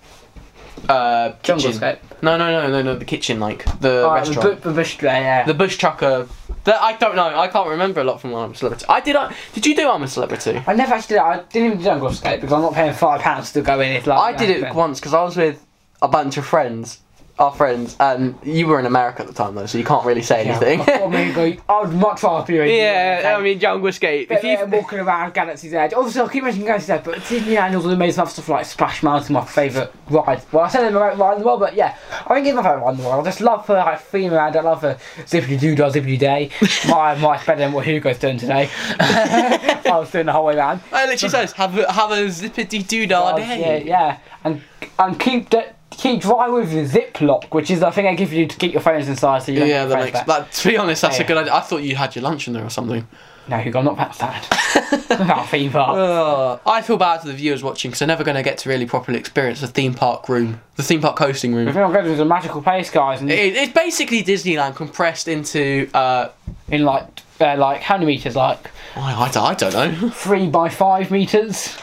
S2: uh
S1: Jungle
S2: kitchen.
S1: Scape.
S2: No, no, no, no, no. The kitchen, like
S1: Oh,
S2: the
S1: the,
S2: restaurant.
S1: bu- the bush tray, yeah.
S2: The bush trucker. That I don't know. I can't remember a lot from I'm a Celebrity. I did. I did you do I'm a Celebrity?
S1: I never actually did it. I didn't even do Jungle Escape because I'm not paying five pounds to go in. It's like
S2: I did it
S1: Yeah.
S2: once because I was with a bunch of friends, our friends, and you were in America at the time though, so you can't really say anything.
S1: I mean, like, I would much rather be in
S2: yeah, I mean Jungle Escape. If
S1: If
S2: you
S1: walking around Galaxy's Edge, obviously I keep mentioning Galaxy's Edge, but Disneyland also made some stuff like Splash Mountain, my favourite ride. Well, I said it's my favourite ride in the world, but yeah, I think it's my favourite ride in the world. I just love her like theme around. I love her zippity doo dah zippity day. My my better than what Hugo's doing today. I was doing the whole way round.
S2: I literally says have a, have a zippity doo dah
S1: Yeah,
S2: day.
S1: yeah, and and keep the, keep dry with your Ziploc, which is I think they give you to keep your phones inside so you don't.
S2: Yeah,
S1: get
S2: that
S1: phones
S2: makes.
S1: back.
S2: That, to be honest, that's a
S1: Yeah.
S2: good idea. I thought you had your lunch in there or something.
S1: No, Hugo, I'm not that sad. About theme park.
S2: Uh, I feel bad for the viewers watching because they're never going to get to really properly experience the theme park room, the theme park hosting room.
S1: I think I'm going to a magical place, guys, and
S2: It, it's basically Disneyland compressed into. Uh,
S1: in like uh, like how many meters? Like
S2: I, I, I don't know.
S1: three by five meters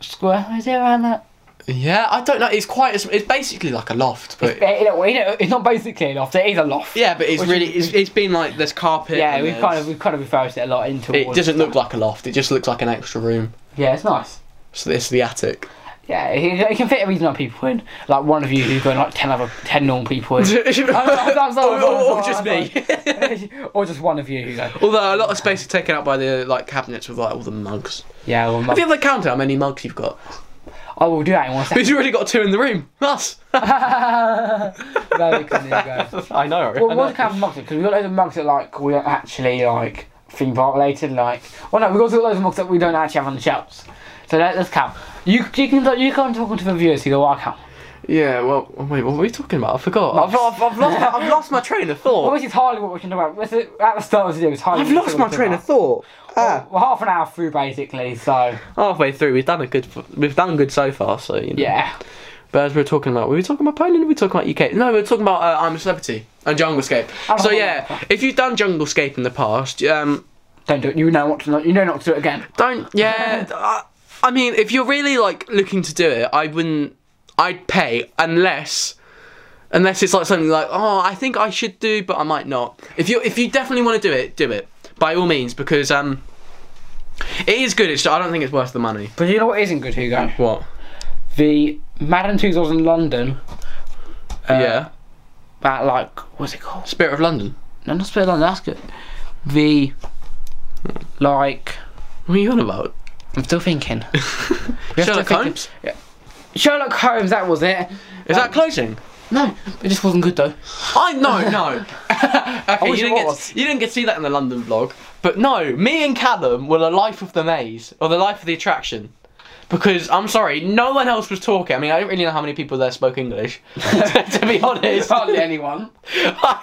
S1: square. Is it around that?
S2: yeah, I don't know. It's quite. It's, it's basically like a loft, but
S1: Yeah, you know, you know, it's not basically a loft. It is a loft.
S2: yeah, but it's
S1: Which
S2: really.
S1: is-
S2: It's, it's been like there's carpet.
S1: yeah.
S2: and
S1: We've
S2: there's-
S1: kind of we've kind of referred to it a lot into.
S2: It doesn't look like a loft. It just looks like an extra room.
S1: Yeah, it's nice.
S2: So it's the attic.
S1: Yeah, it, it can fit a reasonable amount of people in. Like one of you who got like ten other ten normal people in.
S2: Or-
S1: I'm sorry,
S2: or- or
S1: I'm
S2: just
S1: sorry,
S2: me.
S1: I'm or just one of you who go.
S2: Although a lot of space is taken up by the like cabinets with like all the mugs.
S1: Yeah, well,
S2: Have you ever counted how many mugs you've got?
S1: I will do that in one second.
S2: Who's already got two in the room? Us.
S1: no, we couldn't even go.
S2: I know.
S1: Well, what kind of mugs? Because we got loads of mugs that like we don't actually like theme park related. Like, well, no, we got loads of mugs that we don't actually have on the shelves. So let, let's count. You you can you can talk to the viewers. You go, well, I count.
S2: Yeah, well, oh, wait, what were we talking about? I forgot. I've, I've, I've, lost, I've lost my train of
S1: Well,
S2: thought.
S1: this is hardly what we can do about. This is, at the start of the video, it's hardly.
S2: I've
S1: what we
S2: lost
S1: can
S2: my
S1: do
S2: train
S1: about. Oh.
S2: of thought. Ah,
S1: We're half an hour through basically, so
S2: halfway through, we've done a good, we've done good so far. So you know.
S1: yeah.
S2: But as we were talking about, were we talking about Poland? Or were we talking about UK? No, we were talking about uh, I'm a Celebrity and Junglescape.
S1: don't
S2: So
S1: know.
S2: yeah, if you've done Junglescape in the past, um,
S1: Don't do it. You know what to not. You know not to do it again.
S2: don't. Yeah, I, I mean, if you're really like looking to do it, I wouldn't. I'd pay unless. Unless it's like something like, oh, I think I should do, but I might not. If you if you definitely want to do it, do it by all means because um, it is good. It's I don't think it's worth the money.
S1: But you know what isn't good, Hugo?
S2: What?
S1: The Madame Tussauds in London. uh,
S2: yeah.
S1: That like what's it called?
S2: Spirit of London.
S1: No, not Spirit of London. That's good. The like.
S2: What are you on about?
S1: I'm still thinking.
S2: Sherlock Holmes.
S1: Sherlock Holmes. That was it.
S2: Is that closing?
S1: No, it just wasn't good though.
S2: I no no. okay,
S1: wish
S2: you
S1: it
S2: didn't, get
S1: was.
S2: to, you didn't get to see that in the London vlog, but no, me and Callum were the life of the maze or the life of the attraction. Because I'm sorry, no one else was talking. I mean, I don't really know how many people there spoke English, to be honest.
S1: Hardly anyone.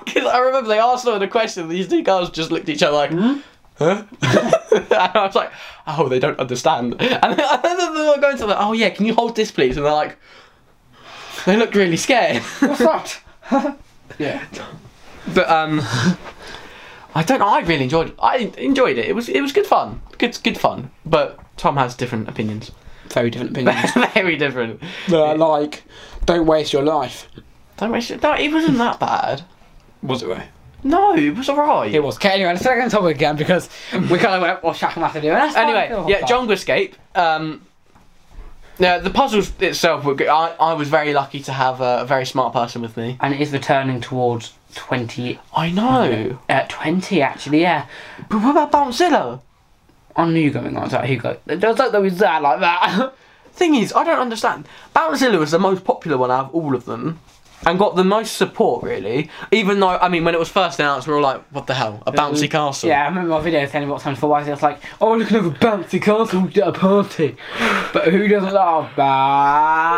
S2: Because I remember they asked them the question, and these two girls just looked at each other like,
S1: Hmm?
S2: huh? and I was like, oh, they don't understand. And then, and then they were going to like, oh yeah, can you hold this please? And they're like, they looked really scared.
S1: What's that? yeah.
S2: But um, I don't. know, I really enjoyed. I enjoyed it. It was it was good fun. Good good fun. But Tom has different opinions.
S1: Very different opinions.
S2: Very different.
S1: but uh, like, don't waste your life.
S2: Don't waste it. No, it wasn't that bad.
S1: Was it right?
S2: No, it was alright.
S1: It was. Okay, anyway, let's not go into topic again because we kind of went, well, Shaq has to do it. That's fine,
S2: anyway,
S1: we'll
S2: yeah,
S1: hop
S2: Jungle Escape. Um, now the puzzles itself were good. I, I was very lucky to have a, very smart person with me.
S1: on. And it is returning towards 20.
S2: I know.
S1: Uh, 20, actually, yeah.
S2: But what about Bouncilla?
S1: I knew you were going on, so Hugo. There was like, there was that like that.
S2: Thing is, I don't understand. Bouncilla was the most popular one out of all of them, and got the most support really. Even though, I mean, when it was first announced, we were all like, "What the hell? A bouncy castle?"
S1: yeah, I remember my video telling me what time for was. It was like, oh, look, another bouncy castle we did at a party. But who doesn't love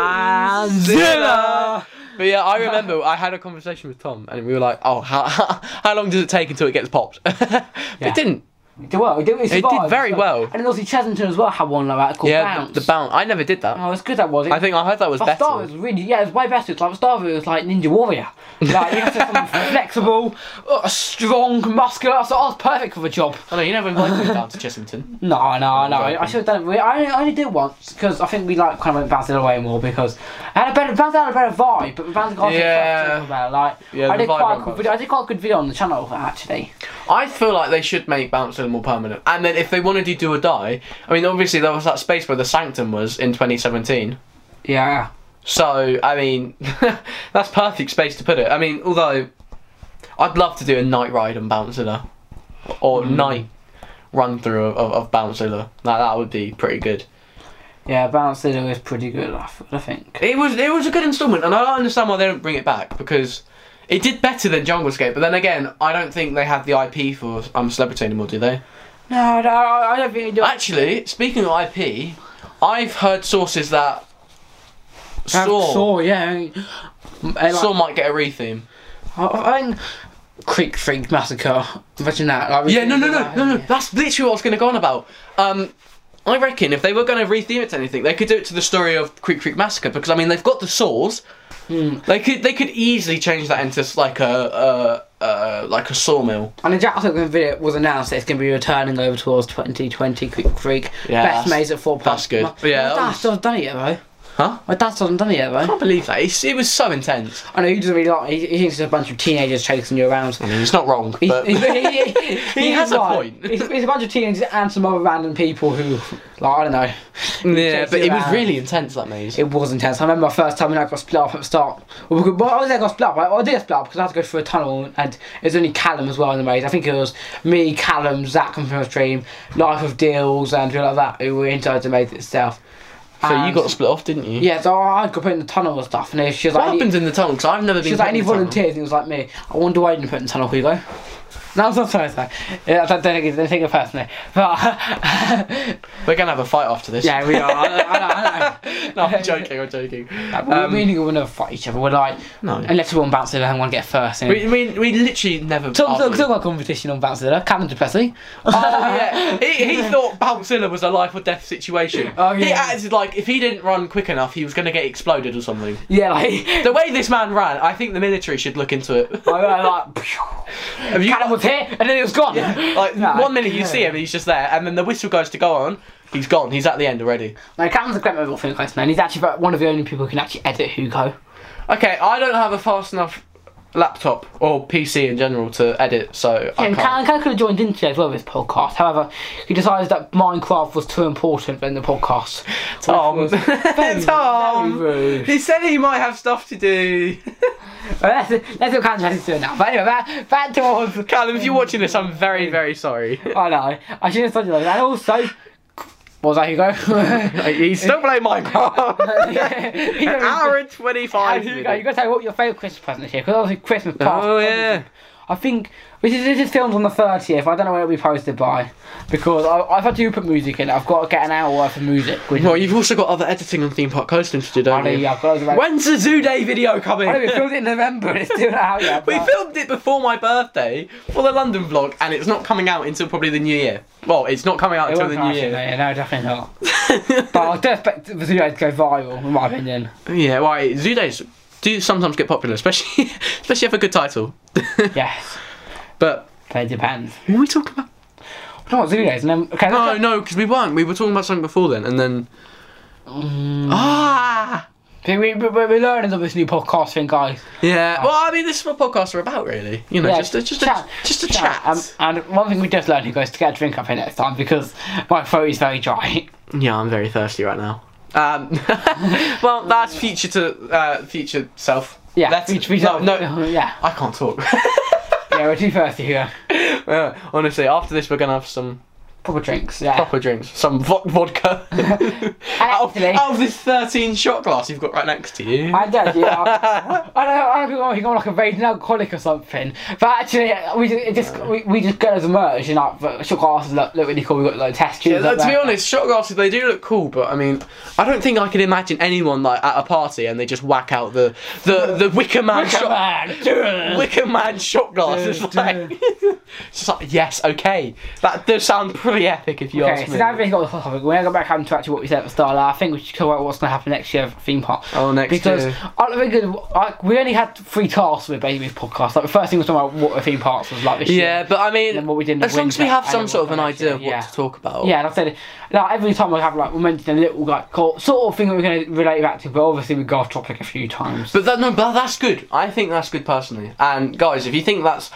S1: Banzilla?
S2: But yeah, I remember I had a conversation with Tom, and we were like, "Oh, how how long does it take until it gets popped?" But
S1: Yeah.
S2: It didn't.
S1: It did well. It did, it
S2: did
S1: survived,
S2: very
S1: so-
S2: well.
S1: And then obviously Chesington as well had one like that called
S2: yeah,
S1: Bounce.
S2: the, the bounce. I never did that.
S1: Oh, it's good that was. It,
S2: I think I heard that was
S1: But
S2: better.
S1: Star Wars was really, yeah, it was way better. It's like Star Wars was like Ninja Warrior. Like, you have to have someone flexible, uh, strong, muscular. So I was perfect for the job.
S2: Oh, no, you never invited me down to Chessington.
S1: No, no, no. I,
S2: exactly.
S1: should have done it. We- I only, I only did it once because I think we like kind of went bouncing away more because I had a better, bouncing had a better vibe, but the bouncing got
S2: Yeah.
S1: about like
S2: Yeah,
S1: I
S2: the
S1: did
S2: vibe
S1: quite a
S2: on
S1: good
S2: Bouncing.
S1: video. I did quite a good video on the channel actually.
S2: I feel like they should make Bounce a little more permanent. And then if they want to do Do or Die, I mean, obviously there was that space where the Sanctum was in 2017.
S1: Yeah.
S2: So, I mean, that's perfect space to put it. I mean, although I'd love to do a night ride on Bouncilla or night run through of, of, of Bouncilla. Now, that would be pretty good.
S1: Yeah, Bouncing was pretty good. I, f- I think.
S2: It was it was a good installment, and I don't understand why they don't bring it back because it did better than Jungle Scape. But then again, I don't think they have the IP for I'm a Celebrity anymore, do they?
S1: No, no, I I don't think it did.
S2: Actually, speaking of IP, I've heard sources that Saw Saw,
S1: Saw, Oh, yeah. Like,
S2: might get a retheme.
S1: I, I think Creek Freak Massacre. Imagine that. Like, we
S2: Yeah,
S1: can
S2: no, no,
S1: do
S2: no,
S1: that,
S2: no, no.
S1: yeah.
S2: That's literally what I was going to go on about. Um, I reckon if they were going to retheme it to anything, they could do it to the story of Creek Creek Massacre because I mean they've got the saws.
S1: Hmm.
S2: They could they could easily change that into like a, a, a like a sawmill.
S1: And the Jack Sullivan video was announced that it's going to be returning over towards 2020 Creek Creek.
S2: Yeah,
S1: Best
S2: that's-
S1: maze at four
S2: that's good.
S1: My,
S2: Yeah,
S1: my
S2: that
S1: dad
S2: was-
S1: still hasn't done it yet though.
S2: Huh?
S1: My dad still hasn't done it yet
S2: I
S1: though.
S2: can't believe that. It's, it was so intense.
S1: I know he doesn't really like. He, he thinks it's a bunch of teenagers chasing you around.
S2: I mean, it's not wrong,
S1: He,
S2: but
S1: he, he- he- he
S2: has
S1: is
S2: a
S1: right.
S2: point.
S1: It's, it's a bunch of teenagers and some other random people who, like, I don't know.
S2: yeah, but it was
S1: around.
S2: really intense that maze.
S1: It was intense. I remember my first time when I got split up at the start. Well, because- well, I was I got split up. I, I did get split up because I had to go through a tunnel, and it was only Callum as well in the maze. I think it was me, Callum, Zach from Film Stream, Life of Deals, and people like that who were inside the maze itself.
S2: so you
S1: And-
S2: got split off, didn't you?
S1: Yeah, so I got put in the tunnel and stuff, and she was
S2: What
S1: like,
S2: happens in the tunnel? Because I've never been.
S1: she was like,
S2: put in
S1: any
S2: the tunnel.
S1: volunteers? And he was like, me. I wonder why you didn't put in the tunnel, Hugo. No, I'm so sorry, sorry. Yeah, I don't think it's anything personally. But
S2: We're gonna have a fight after this.
S1: yeah, we are. I, know- I, know, I know.
S2: no, I'm joking. I'm joking.
S1: Um, we will never fight each other. We're like,
S2: No.
S1: unless we want Bouncer and want to get first. And
S2: We, we, we literally never.
S1: talk, talk,
S2: argued.
S1: talk about competition on Bouncer. Callum de Plessy.
S2: Oh yeah, he, he thought Bouncilla was a life or death situation.
S1: Oh,
S2: He
S1: yeah.
S2: acted like if he didn't run quick enough, he was gonna get exploded or something.
S1: yeah, like,
S2: The way this man ran, I think the military should look into it.
S1: I, I, like
S2: Have you-
S1: Callum was here and then he was gone.
S2: Like
S1: No,
S2: one minute you
S1: yeah.
S2: see him, he's just there, and then the whistle goes to go on. He's gone. He's at the end already.
S1: No, Callum's a great mobile film close man. He's actually about one of the only people who can actually edit Hugo.
S2: Okay, I don't have a fast enough laptop or PC in general to edit, so I
S1: And
S2: can't.
S1: Callum, Callum could have joined in today as well with his podcast. However, he decided that Minecraft was too important in the podcast.
S2: Tom,
S1: Which was very,
S2: Tom,
S1: very rude.
S2: he said he might have stuff to do.
S1: Well, that's, that's what Callum's actually doing now. But anyway, back, back towards.
S2: Callum, if you're watching this, I'm very, very sorry.
S1: I know. I should have told you that. And also, what was that Hugo?
S2: He's still playing Minecraft. An hour and
S1: And
S2: twenty-five.
S1: Hugo, you
S2: minutes.
S1: got to tell me what your favourite Christmas present is here because obviously Christmas past.
S2: Oh yeah.
S1: I think this is, this is filmed on the 30th. I don't know where it'll be posted by because I, I've had to put music in. I've got to get an hour worth of music. Which
S2: Well, you've also got other editing on theme park coasting to do,
S1: I
S2: don't
S1: know,
S2: you?
S1: yeah, I've got loads of-
S2: When's the Zoo Day video coming?
S1: I know we filmed it in November and it's still not out yet.
S2: We
S1: but-
S2: filmed it before my birthday for the London vlog, and it's not coming out until probably the new year. Well, it's not coming out
S1: It
S2: until
S1: won't
S2: the
S1: come out
S2: new
S1: soon,
S2: year.
S1: though, yeah, no, definitely not. but I do expect the video to go viral, in my opinion.
S2: Yeah, why Zoo Days do sometimes get popular, especially especially if a good title.
S1: Yes,
S2: But
S1: but it depends.
S2: what were we talking about?
S1: No, what Zulu days, and then okay.
S2: No,
S1: let's go-
S2: Oh, no, because we weren't. We were talking about something before then, and then
S1: Mm.
S2: ah,
S1: See, We, we, we- we're learning of this new podcast thing, guys.
S2: yeah. Well, I mean, this is what podcasts are about, really. You know,
S1: Ah. Yeah,
S2: just a, just a, just a chat.
S1: Um, and one thing we just learned, who goes to get a drink up here next time because my throat is very dry.
S2: yeah, I'm very thirsty right now. Um, well, that's future to uh, future self.
S1: Yeah,
S2: that's
S1: we- we-
S2: no, no.
S1: yeah,
S2: I can't talk.
S1: yeah, we're too thirsty here.
S2: Yeah, honestly, after this, we're gonna have some
S1: Proper drinks, yeah.
S2: proper drinks, some vo- vodka. out, of,
S1: Actually-
S2: out of this thirteen shot glass you've got right next to you.
S1: I don't, yeah. I- I don't, I don't know, I'm like a raging alcoholic or something. But actually, we just, it just we, we just go as a merch and like, but short glasses look, look really cool. We got like test tubes.
S2: Yeah,
S1: up
S2: to be
S1: there.
S2: honest, shot glasses they do look cool, but I mean, I don't think I can imagine anyone like at a party and they just whack out the the the Wicker Man
S1: Wicker
S2: shot.
S1: Man, do it.
S2: Wicker Man shot glasses,
S1: Dude,
S2: like, just like yes, okay, that does sound pretty epic if you
S1: Okay,
S2: ask
S1: so
S2: me.
S1: now we've got the whole topic. We're going to go back on to actually what we said at the start. Like, I think we should talk about what's going to happen next year for theme park.
S2: Oh, next
S1: because
S2: year.
S1: I don't think it- like, we only had three tasks with basically with podcast. Like the first thing was talking about what the theme parks was like this year.
S2: yeah, but I mean,
S1: then what we did in the
S2: as long as we
S1: winter,
S2: have
S1: I
S2: some
S1: don't
S2: sort of
S1: know
S2: an
S1: what
S2: idea of
S1: actually,
S2: what
S1: yeah.
S2: to talk about.
S1: Yeah, and I said, like every time we have like we mentioned a little like call, sort of thing that we're going to relate back to, but obviously we go off topic a few times.
S2: But that, no, but that's good. I think that's good personally. And guys, if you think that's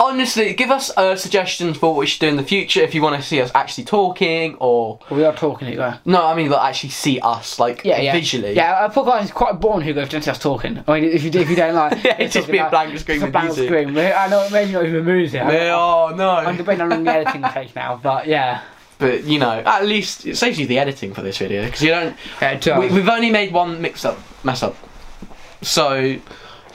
S2: honestly, give us uh, suggestions for what we should do in the future. If you want to see us actually talking, or
S1: we are talking it, yeah.
S2: no, I mean, like actually see us like
S1: Yeah, yeah.
S2: visually.
S1: Yeah, a podcast is quite boring who goes just us talking. I mean, if you, if you don't like.
S2: Yeah, it'd just
S1: talking,
S2: be a
S1: like,
S2: blank screen
S1: just a
S2: with
S1: blank
S2: music.
S1: screen. I know, maybe not even music. I-
S2: Yeah, Oh
S1: I'm
S2: no!
S1: debating on the editing take now, but yeah.
S2: But you know, at least it saves you the editing for this video because you don't.
S1: Yeah, it does.
S2: We, we've only made one mix-up, mess-up. So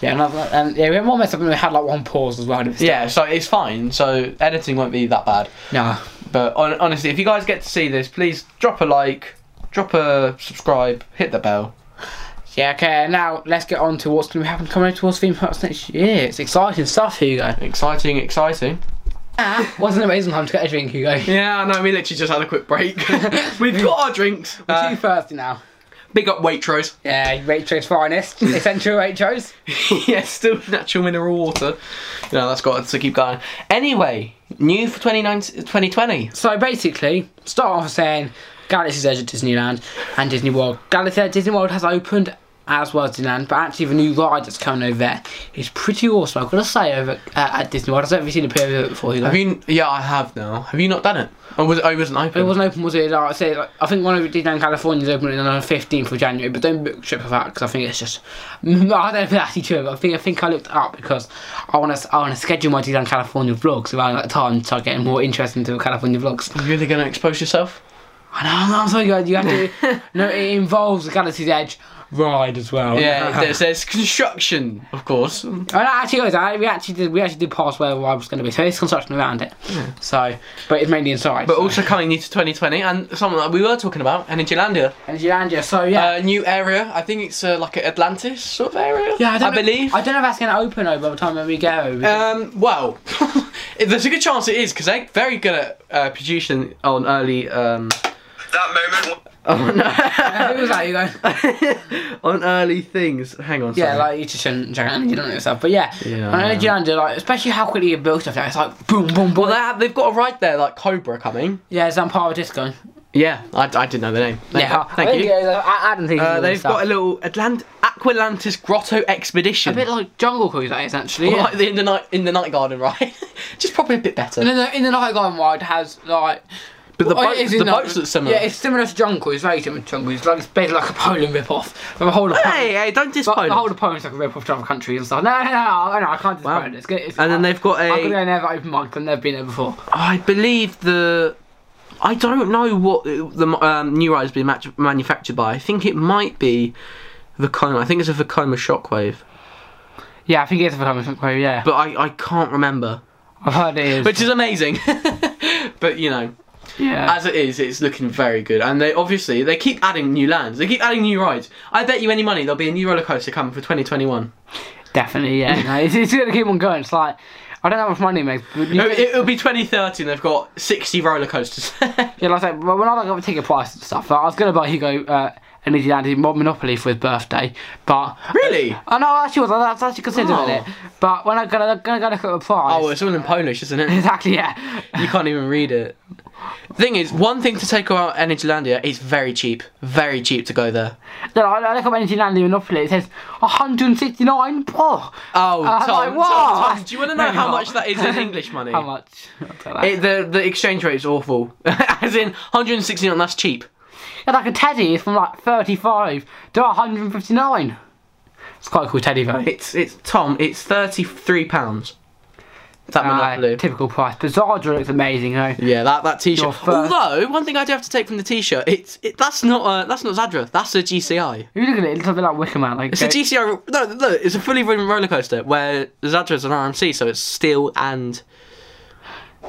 S1: Yeah, and, I've, and yeah, we had one mess up and we had like one pause as well.
S2: yeah, so it's fine. So editing won't be that bad.
S1: No.
S2: But on, honestly, if you guys get to see this, please drop a like, drop a subscribe, hit the bell.
S1: Yeah, okay, now let's get on to what's going to happen coming towards theme parks next year. It's exciting stuff, Hugo.
S2: Exciting, exciting.
S1: was an amazing time to get a drink, Hugo. We're
S2: Yeah, no, we literally just had a quick break. We've got our drinks.
S1: too thirsty now.
S2: big up Waitrose.
S1: Yeah, Waitrose finest. Essential Waitrose.
S2: yeah, still natural mineral water. You know, that's got to keep going. Anyway, new for 2019 2020.
S1: So basically, start off saying Galaxy's Edge at Disneyland and Disney World. Galaxy's Edge Disney World has opened as well as Disneyland, but actually the new ride that's coming over there is pretty awesome. I've got to say over at, at Disney World, I've never seen a pair of it before. Hugo.
S2: Have you? Yeah, I have now. Have you not done it? Or was it? Oh, it wasn't open.
S1: It wasn't open, was it? Like I say, like, I think one of it did down in California is opening on the fifteenth of January, but don't book trip for that because I think it's just. I don't know if it's actually true. But I think I think I looked it up because I want to I want to schedule my down California vlogs around that time to start getting more interest into California vlogs.
S2: You're really gonna expose yourself?
S1: I know, I'm so good. You have to. no, it involves the Galaxy's Edge ride as well.
S2: Yeah, there's, there's construction, of course.
S1: And Oh, actually, guys, I, we actually did we actually did pass where I was going to be. So there's construction around it. So, but it's mainly inside.
S2: But
S1: so.
S2: also coming into 2020, and something that we were talking about, Energylandia.
S1: and Zealandia. So yeah.
S2: Uh, new area, I think it's uh, like an Atlantis sort of area.
S1: yeah, I, don't know-
S2: believe.
S1: I don't know if that's going to open over by the time that we go. because-
S2: Um, well, there's a good chance it is because they're very good at uh, producing on early um,
S3: That moment.
S1: Who was that? You go.
S2: on early things. Hang on.
S1: Yeah,
S2: sorry.
S1: like you just shouldn't check out you don't know yourself. But yeah,
S2: Yeah, um, I
S1: I know
S2: know.
S1: Zealandia, like especially how quickly you build stuff. Now, it's like boom, boom, boom.
S2: Well, they have, they've got a ride there like Cobra coming.
S1: yeah, it's Zampara Disco.
S2: Yeah, I, I didn't know the name. Thank
S1: yeah,
S2: you. Thank you.
S1: Yeah, I, I don't think
S2: Uh, they've got a little Atlant- Aqualantis Grotto expedition.
S1: a bit like Jungle Cruise. That is actually.
S2: Or
S1: yeah.
S2: like the, in the night in the night garden, right? Just probably a bit better.
S1: And in the, in the night garden ride has like.
S2: But the,
S1: Oh,
S2: boat,
S1: it is
S2: the
S1: in that-
S2: boats look similar.
S1: Yeah, it's similar to Jungle. It's very similar to Jungle. It's like it's basically like a Poland rip-off. But the whole of Poland,
S2: hey, hey, don't diss
S1: but the
S2: Poland.
S1: whole of Poland's like a rip-off to other countries and stuff. No, no, no, no, no I can't just
S2: Wow.
S1: Poland. It's good. It's,
S2: And then they've got
S1: I'm gonna
S2: a.
S1: go there for open mic. 'cause I've never been there before.
S2: I believe the. I don't know what the um, new ride has been match- manufactured by. I think it might be Vekoma. I think it's a Vekoma Shockwave,
S1: Yeah, I think it's a Poland query. Yeah,
S2: but I, I can't remember.
S1: I've heard it is.
S2: Which is amazing. but you know,
S1: yeah,
S2: as it is, Uh, it's looking very good. And they obviously they keep adding new lands. They keep adding new rides. I bet you any money there'll be a new roller coaster coming for 2021.
S1: definitely. Yeah, no, it's, it's gonna keep on going. It's like I don't know how much money it makes. But you,
S2: No, it- it'll be 2030 and they've got 60 roller coasters.
S1: yeah, like I say, well, when I got ticket price and stuff, like, I was gonna buy Hugo. Uh, and he landed Monopoly for his birthday, but
S2: really?
S1: I know I actually was. I was actually considering
S2: Oh.
S1: it, but when I got I got to look at the price.
S2: Oh, it's all in Polish, isn't it?
S1: Exactly, yeah.
S2: You can't even read it. Thing is, one thing to take about Energylandia is very cheap. Very cheap to go there.
S1: No, I, I look up Energy Land in Monopoly, it says 169 poor. Uh,
S2: Oh, Tom,
S1: like,
S2: Tom,
S1: what?
S2: Tom, do you want to know
S1: Maybe
S2: how
S1: not.
S2: much that is in English money?
S1: How much? I'll tell that.
S2: It, the the exchange rate is awful. As in 169. That's cheap.
S1: Yeah, like a teddy is from like 35 to 159. It's quite a cool teddy though.
S2: It's it's Tom. It's 33 pounds. That
S1: Uh,
S2: Monopoly.
S1: typical price. But Zardra looks amazing though.
S2: yeah, that, that
S1: Your
S2: T-shirt.
S1: first-
S2: Although one thing I do have to take from the T-shirt, it's it, that's not uh, that's not Zadra. That's a GCI.
S1: If you look at it, it looks a bit like Wicker Man. Like, uh,
S2: It's a GCI. No, look, it's a fully ridden roller coaster where Zadra's an RMC, so it's steel and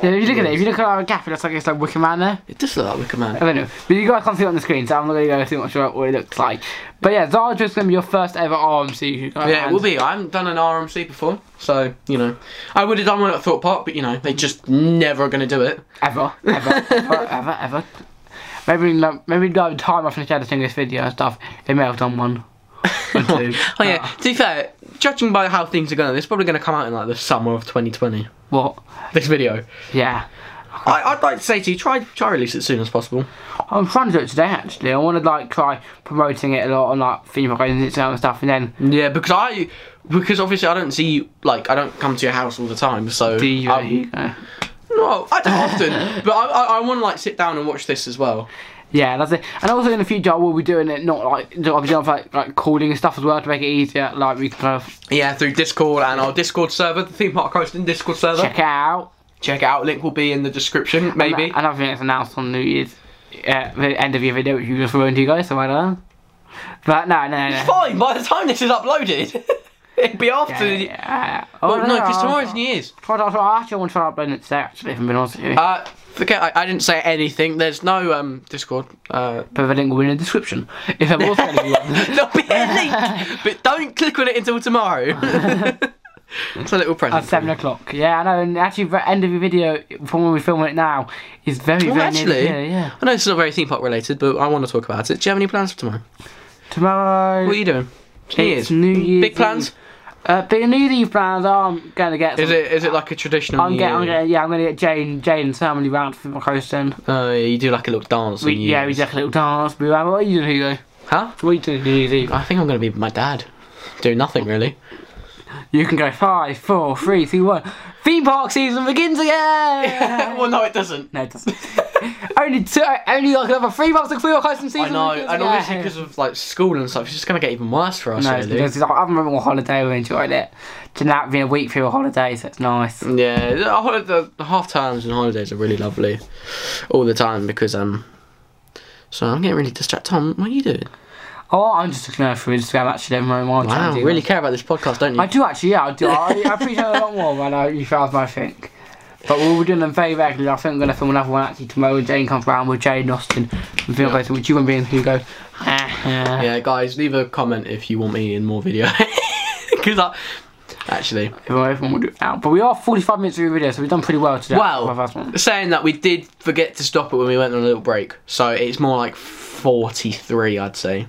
S1: yeah, if you look at it, if you look at our gap, it looks like it's like Wicker Man there.
S2: it does look like Wicker Man.
S1: I don't know. But you guys can't see it on the screen, so I'm not going to go too much about what it looks like. But yeah, Zardra's going to be your first ever RMC. you guys.
S2: Yeah, it
S1: And-
S2: will be. I haven't done an RMC before, so you know, I would have done one at Thorpe Park, but you know, they just never are going to do it.
S1: ever, ever, ever, ever, ever. Maybe in, like, maybe by the time I finish editing this video and stuff, they may have done one. Or two.
S2: Oh yeah. To be fair, judging by how things are going, it's probably going to come out in like the summer of 2020.
S1: What?
S2: This video.
S1: Yeah.
S2: I, I'd like to say to you, try try release it as soon as possible.
S1: I'm trying to do it today actually. I want to like try promoting it a lot on like female and and stuff, and then
S2: Yeah, because I because obviously I don't see you like I don't come to your house all the time, so
S1: do you?
S2: I-
S1: Um,
S2: no, I don't often. but I I, I want to like sit down and watch this as well.
S1: Yeah, that's it. And also in the future, I will be doing it not like I'll be doing like like calling and stuff as well to make it easier. Like we can kind of
S2: Yeah, through Discord and our Discord server, the theme park hosting Discord server.
S1: check it out.
S2: Check it out. Link will be in the description, maybe.
S1: And I don't think it's announced on New Year's, uh, the end of your video, which you just ruined, you guys. So I don't. know. But no, no, no.
S2: Fine. By the time this is uploaded, it'll be after. the-
S1: Yeah.
S2: Oh no, because tomorrow's New Year's.
S1: Try to, I actually want to try out Blend it today, actually, if I'm being honest with you.
S2: Uh, forget I, I didn't say anything. There's no um Discord. Uh,
S1: but the link will be in the description. If I'm also going to be one.
S2: there'll be a link, but don't click on it until tomorrow. it's a little present.
S1: At 7 o'clock. Yeah, I know, and actually, the end of the video, from when we're filming it now, is very,
S2: Well,
S1: very near
S2: Oh, actually,
S1: the- yeah, yeah.
S2: I know it's not very theme park related, but I want to talk about it. Do you have any plans for tomorrow?
S1: Tomorrow.
S2: What are you doing? New
S1: it's New Year's.
S2: Big plans?
S1: Eve. Uh, big New Year's Eve plans, I'm going to get.
S2: Is
S1: some-
S2: it is it like a traditional?
S1: I'm
S2: New
S1: getting, I'm
S2: Year?
S1: getting, yeah, I'm gonna get Jane, Jane and Sam and round for my coasting.
S2: Uh, you do like a little dance.
S1: We,
S2: on New
S1: yeah, we
S2: Year's.
S1: do like a little dance. We round. What are you doing, Hugo?
S2: Huh?
S1: What are you doing, New Year's Eve?
S2: I think I'm gonna be with my dad. Do nothing really.
S1: You can go five, four, three, two, one. Theme park season begins again.
S2: well, no, it doesn't.
S1: no, it doesn't. only two, only like another three months of free or custom season.
S2: I know,
S1: begins
S2: and obviously
S1: again.
S2: because of like school and stuff, it's just gonna get even worse for us.
S1: No, it's
S2: really.
S1: because it's, I remember on holiday we enjoyed it. To now being a week through a holiday, so it's nice.
S2: Yeah, the, hol- the, the half terms and holidays are really lovely, all the time because um. So I'm getting really distracted. Tom, what are you doing?
S1: Oh, I'm just looking over through Instagram actually. Never mind. what I'm trying
S2: Wow,
S1: to do.
S2: really care about this podcast, don't you?
S1: I do actually. Yeah, I do. I, I appreciate it a lot more when I, you found my think. But we'll be doing them very regularly. I think we're gonna film another one actually tomorrow. When Jane comes round with Jane Austen. And Phil goes, "Would you want to be in?" Who go? Yeah.
S2: yeah, guys, leave a comment if you want me in more video. Because I actually.
S1: Everyone, everyone will do it out. But we are 45 minutes through the video, so we've done pretty well today.
S2: Well,
S1: My first one.
S2: saying that we did forget to stop it when we went on a little break, so it's more like 43, I'd say.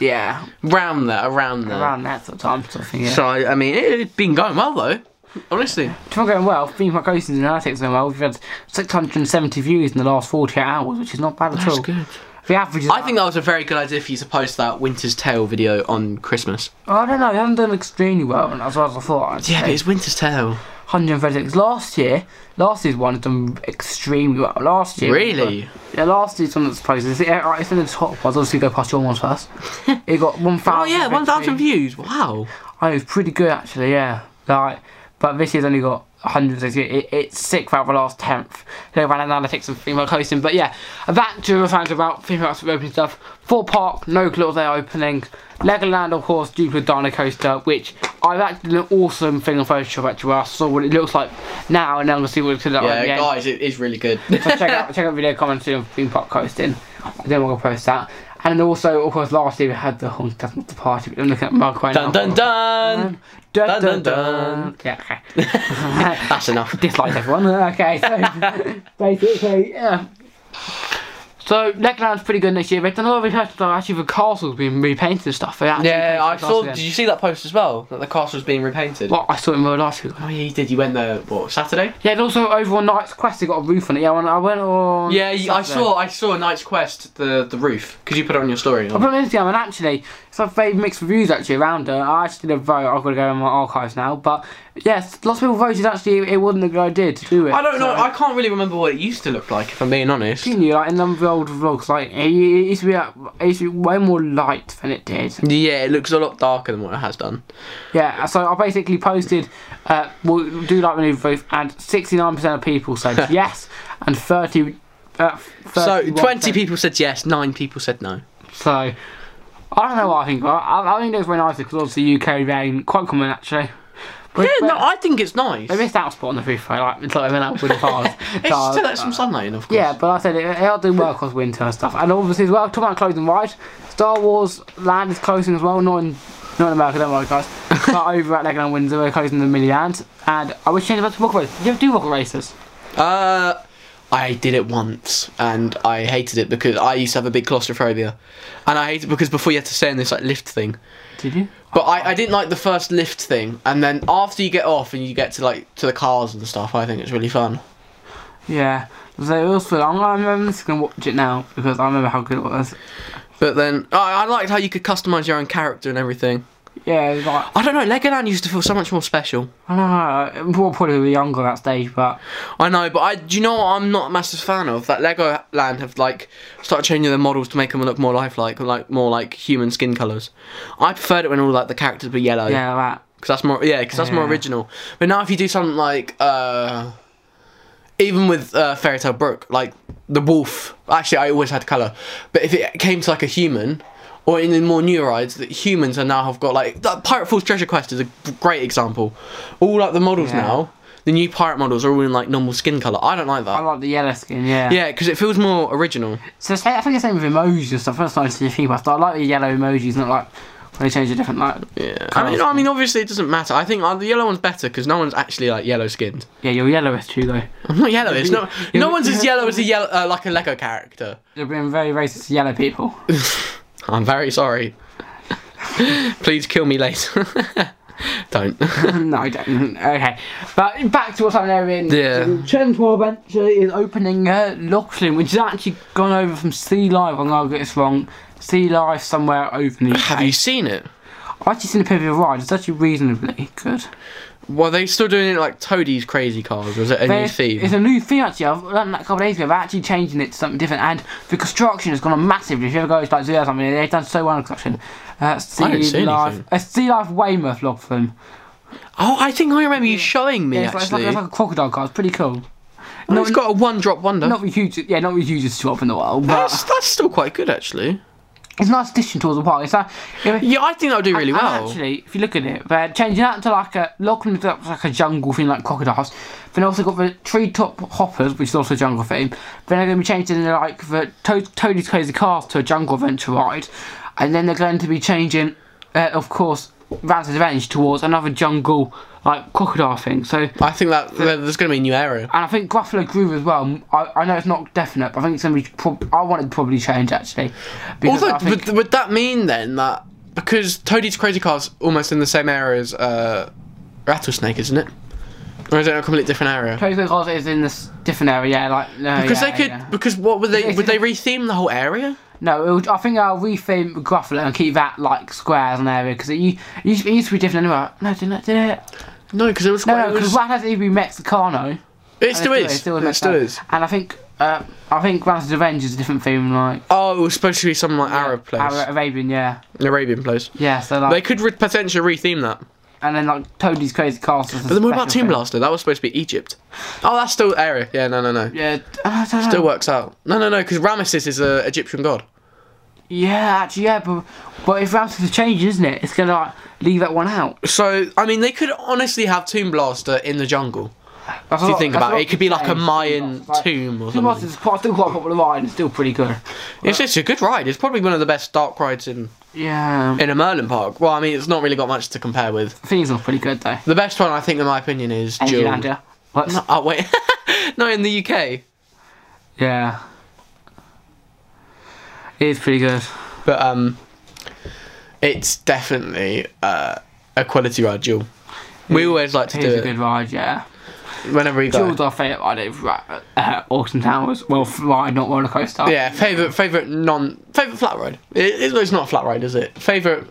S1: yeah,
S2: Round there, around there.
S1: around that sort of time, sort of thing. Yeah.
S2: So I, I mean, it, it's been going well though. Honestly,
S1: It's not going well. Theme Park Oceans and Analytics going well. We've had 670 views in the last 48 hours, which is not bad at all. The average is
S2: I think that was a very good idea for you to post that Winter's Tale video on Christmas.
S1: I don't know. They haven't done extremely well, and as well as I thought. I'd
S2: Yeah,
S1: say.
S2: but it's Winter's Tale.
S1: 136. Last year, last year's one has done extremely well. Last year,
S2: Really?
S1: yeah, last year's one that's supposed it's, uh, it's in the top ones. Obviously, go past your ones first. it got 1,000.
S2: Oh yeah, one thousand
S1: views.
S2: views. Wow.
S1: Oh, it was pretty good actually. Yeah, like, but this year's only got 160. It, it's sick about the last tenth. They ran analytics and female hosting, but yeah, that to a fans about female hosting opening stuff. Four Park, no clue they're opening. Legoland, of course, Jupiter Dino Coaster, which I've actually done an awesome thing on Photoshop actually. where I saw what it looks like now, and then we'll see what it could look like.
S2: Oh, Yeah,
S1: at the end.
S2: guys, it is really good.
S1: So check out check out video comments on theme park coasting. I don't want to post that. And also, of course, last year we had the whole Death of the Party. I'm looking at Mark right
S2: dun
S1: now.
S2: dun dun.
S1: Dun,
S2: Dun,
S1: dun,
S2: dun,
S1: dun.
S2: dun.
S1: Yeah, okay.
S2: That's enough.
S1: Dislikes everyone. Okay, so basically, yeah. So Legoland's pretty good next year. They've done a lot of research though, actually the castle's been repainted and stuff. They actually
S2: Yeah,
S1: painted
S2: I
S1: the castle
S2: saw.
S1: again.
S2: Did you see that post as well? That the castle's being repainted.
S1: Well, I saw it in real life.
S2: Oh yeah, you did. You went there what Saturday?
S1: Yeah, and also over on Night's Quest, they got a roof on it. Yeah, when I went on.
S2: Yeah, you- I
S1: Saturday.
S2: saw. I saw Knight's Quest the the roof because you put it on your story.
S1: I put it on Instagram and actually, it's like very mixed reviews actually around it. I actually did a vote. I've got to go in my archives now, but yes, lots of people voted. Actually, it wasn't a good idea to do it.
S2: I don't know.
S1: So-
S2: I can't really remember what it used to look like. If I'm being honest.
S1: Didn't you like in them old vlogs? Like it, it used to be, like, it used to be way more light than it did.
S2: Yeah, it looks a lot darker than what it has done.
S1: Yeah, so I basically posted, uh, we'll do like maneuver proof, and 69% of people said yes, and 30. Uh,
S2: So
S1: 31%
S2: twenty people said yes, nine people said no.
S1: So I don't know what I think. I, I, I think it's very nice because obviously UK rain quite common actually. But,
S2: Yeah, no, I think it's nice.
S1: They missed out a spot on the free throw, like it's like they went out with the bars.
S2: It's
S1: So,
S2: still had some sunlight in, of course.
S1: yeah, but like I said it, it'll do well because winter and stuff. And obviously as well, talking about closing right, Star Wars Land is closing as well, not in not in America, don't worry guys. but over at Legoland Windsor, we're closing the Milliland. And I wish you about to rocket race. Did you ever do rocket races?
S2: Uh, I did it once, and I hated it because I used to have a big claustrophobia, and I hated it because before you had to stay in this like lift thing.
S1: Did you?
S2: But I, I didn't like the first lift thing, and then after you get off and you get to like to the cars and stuff, I think it's really fun.
S1: Yeah. So it was fun. I'm, I'm, I'm just gonna watch it now because I remember how good it was.
S2: But then I, I liked how you could customize your own character and everything.
S1: Yeah, it was like
S2: I don't know, Legoland used to feel so much more special.
S1: I don't know. We'll probably be younger at that stage, but
S2: I know, but I do you know what I'm not a massive fan of that Lego Land have like started changing their models to make them look more lifelike, like more like human skin colors. I preferred it when all like the characters were yellow,
S1: yeah, that.
S2: because that's more yeah, 'cause that's more
S1: Yeah.
S2: original. But now if you do something like uh, even with uh, Fairy Tale Brook, like the wolf. Actually, I always had color, but if it came to like a human. Or in the more newer rides, that humans are now have got like that Pirate Falls Treasure Quest is a great example. All like the models
S1: Yeah.
S2: now, the new pirate models are all in like normal skin color. I don't like that.
S1: I like the yellow skin, yeah.
S2: Yeah, because it feels more original.
S1: So say, I think it's the same with emojis and stuff. That's nice to see people. I like the yellow emojis, not like when they change a different like.
S2: Yeah. I mean, I mean, obviously it doesn't matter. I think uh, the yellow one's better because no one's actually like yellow skinned.
S1: Yeah, your yellowist too though.
S2: I'm not yellow. It's not.
S1: Yeah,
S2: No
S1: but-
S2: one's as yellow as a yellow uh, like a Lego character.
S1: They're being very racist to yellow people.
S2: I'm very sorry. Please kill me later. Don't.
S1: no, I don't. Okay, but back to what's happening over in
S2: Yeah.
S1: Chenmore Adventure is opening uh, Loughlin, which has actually gone over from Sea Live. I'm gonna get this wrong. Sea Live somewhere over in the
S2: Have you seen it?
S1: I've actually seen a pivot ride. It's actually reasonably good.
S2: Well, they still doing it like Toadie's crazy cars. Was it a new
S1: There's- It's
S2: theme?
S1: a new theme actually. I've learned that a couple of days ago. They're actually changing it to something different, and the construction has gone on massively. If you ever go to like Zoo or something, they've done so well on construction. Uh, sea
S2: didn't see
S1: life,
S2: anything.
S1: a sea life Weymouth log film.
S2: Oh, I think I remember you showing me
S1: Yeah, it's, like, it's, like,
S2: actually.
S1: it's like a crocodile car. It's pretty cool.
S2: Oh, it's got a one-drop wonder.
S1: Not the huge, yeah, not the hugest drop in the world, but
S2: that's that's still quite good actually.
S1: It's a nice addition towards the park. It's like, if-
S2: Yeah, I think that would do really
S1: and
S2: well.
S1: Actually, if you look at it, they're changing that to like a locking it up to like a jungle thing, like crocodiles. Then also got the tree top hoppers, which is also a jungle theme. Then they're going to be changing the, like the to- Toad's Crazy Cars to a jungle adventure ride, and then they're going to be changing, uh, of course, Rancid Revenge towards another jungle like crocodile thing. So.
S2: I think that there- there's going to be a new area.
S1: And I think Gruffalo Groove as well. I, I know it's not definite, but I think it's going to be. Prob- I want it to probably change actually. Because
S2: Although,
S1: I think-
S2: would, would that mean then that because Toadie's Crazy Car's almost in the same area as uh, Rattlesnake, isn't it? Or is it a completely different area?
S1: Tokyo Cars is in this different area, yeah, like no,
S2: Because
S1: Oh, yeah,
S2: they could.
S1: yeah.
S2: Because what would they?
S1: It's-
S2: Would they retheme the whole area?
S1: No, it would, I think I'll retheme Gruffalo and keep that like square as an area because it, u- it, used, it used to be different anyway. No, didn't it? Did it?
S2: No, because it was.
S1: No,
S2: quite-
S1: no,
S2: it, was
S1: because Rat has to be Mexicano.
S2: it still
S1: And
S2: is. It still
S1: Mexicano.
S2: is.
S1: And I think uh, I think Rat's Revenge is a different theme, like
S2: Oh, it was supposed to be some like Arab place,
S1: Ara- Arabian, yeah,
S2: an Arabian place.
S1: yeah. So
S2: They
S1: like,
S2: could re- potentially retheme that.
S1: and then like Toadie's Crazy Castle.
S2: But then what about Tomb Blaster? That was supposed to be Egypt. Oh, that's still area. Yeah, no, no, no.
S1: Yeah, I don't know.
S2: Still works out. No, no, no, because Ramesses is a Egyptian god.
S1: Yeah, actually, yeah, but but if Ramses is changing, isn't it? It's gonna like leave that one out.
S2: So I mean, they could honestly have Tomb Blaster in the jungle.
S1: That's
S2: If you
S1: what- Oh,
S2: think
S1: that's
S2: about
S1: what
S2: it, it could be
S1: I'm
S2: like a
S1: saying.
S2: Mayan
S1: Like,
S2: tomb or
S1: Tomb Blaster
S2: something.
S1: is quite, still quite a popular ride and still pretty good.
S2: It's just a good ride. It's probably one of the best dark rides in
S1: Yeah,
S2: in a Merlin park. Well, I mean, it's not really got much to compare with.
S1: things are pretty good though.
S2: The best one, I think, in my opinion, is Jewel.
S1: Englander. What?
S2: No, oh wait, no, in the UK.
S1: Yeah. It is pretty good.
S2: But um, it's definitely uh, a quality ride, Jewel. We always like to
S1: It is a
S2: do
S1: good
S2: it
S1: ride, yeah.
S2: whenever we go.
S1: Jules, our favourite ride over at uh, Auckland Towers. Well, f- ride, not roller coaster.
S2: Yeah, favorite favorite non favorite flat ride. It, it- it's not a flat ride, is it? Favorite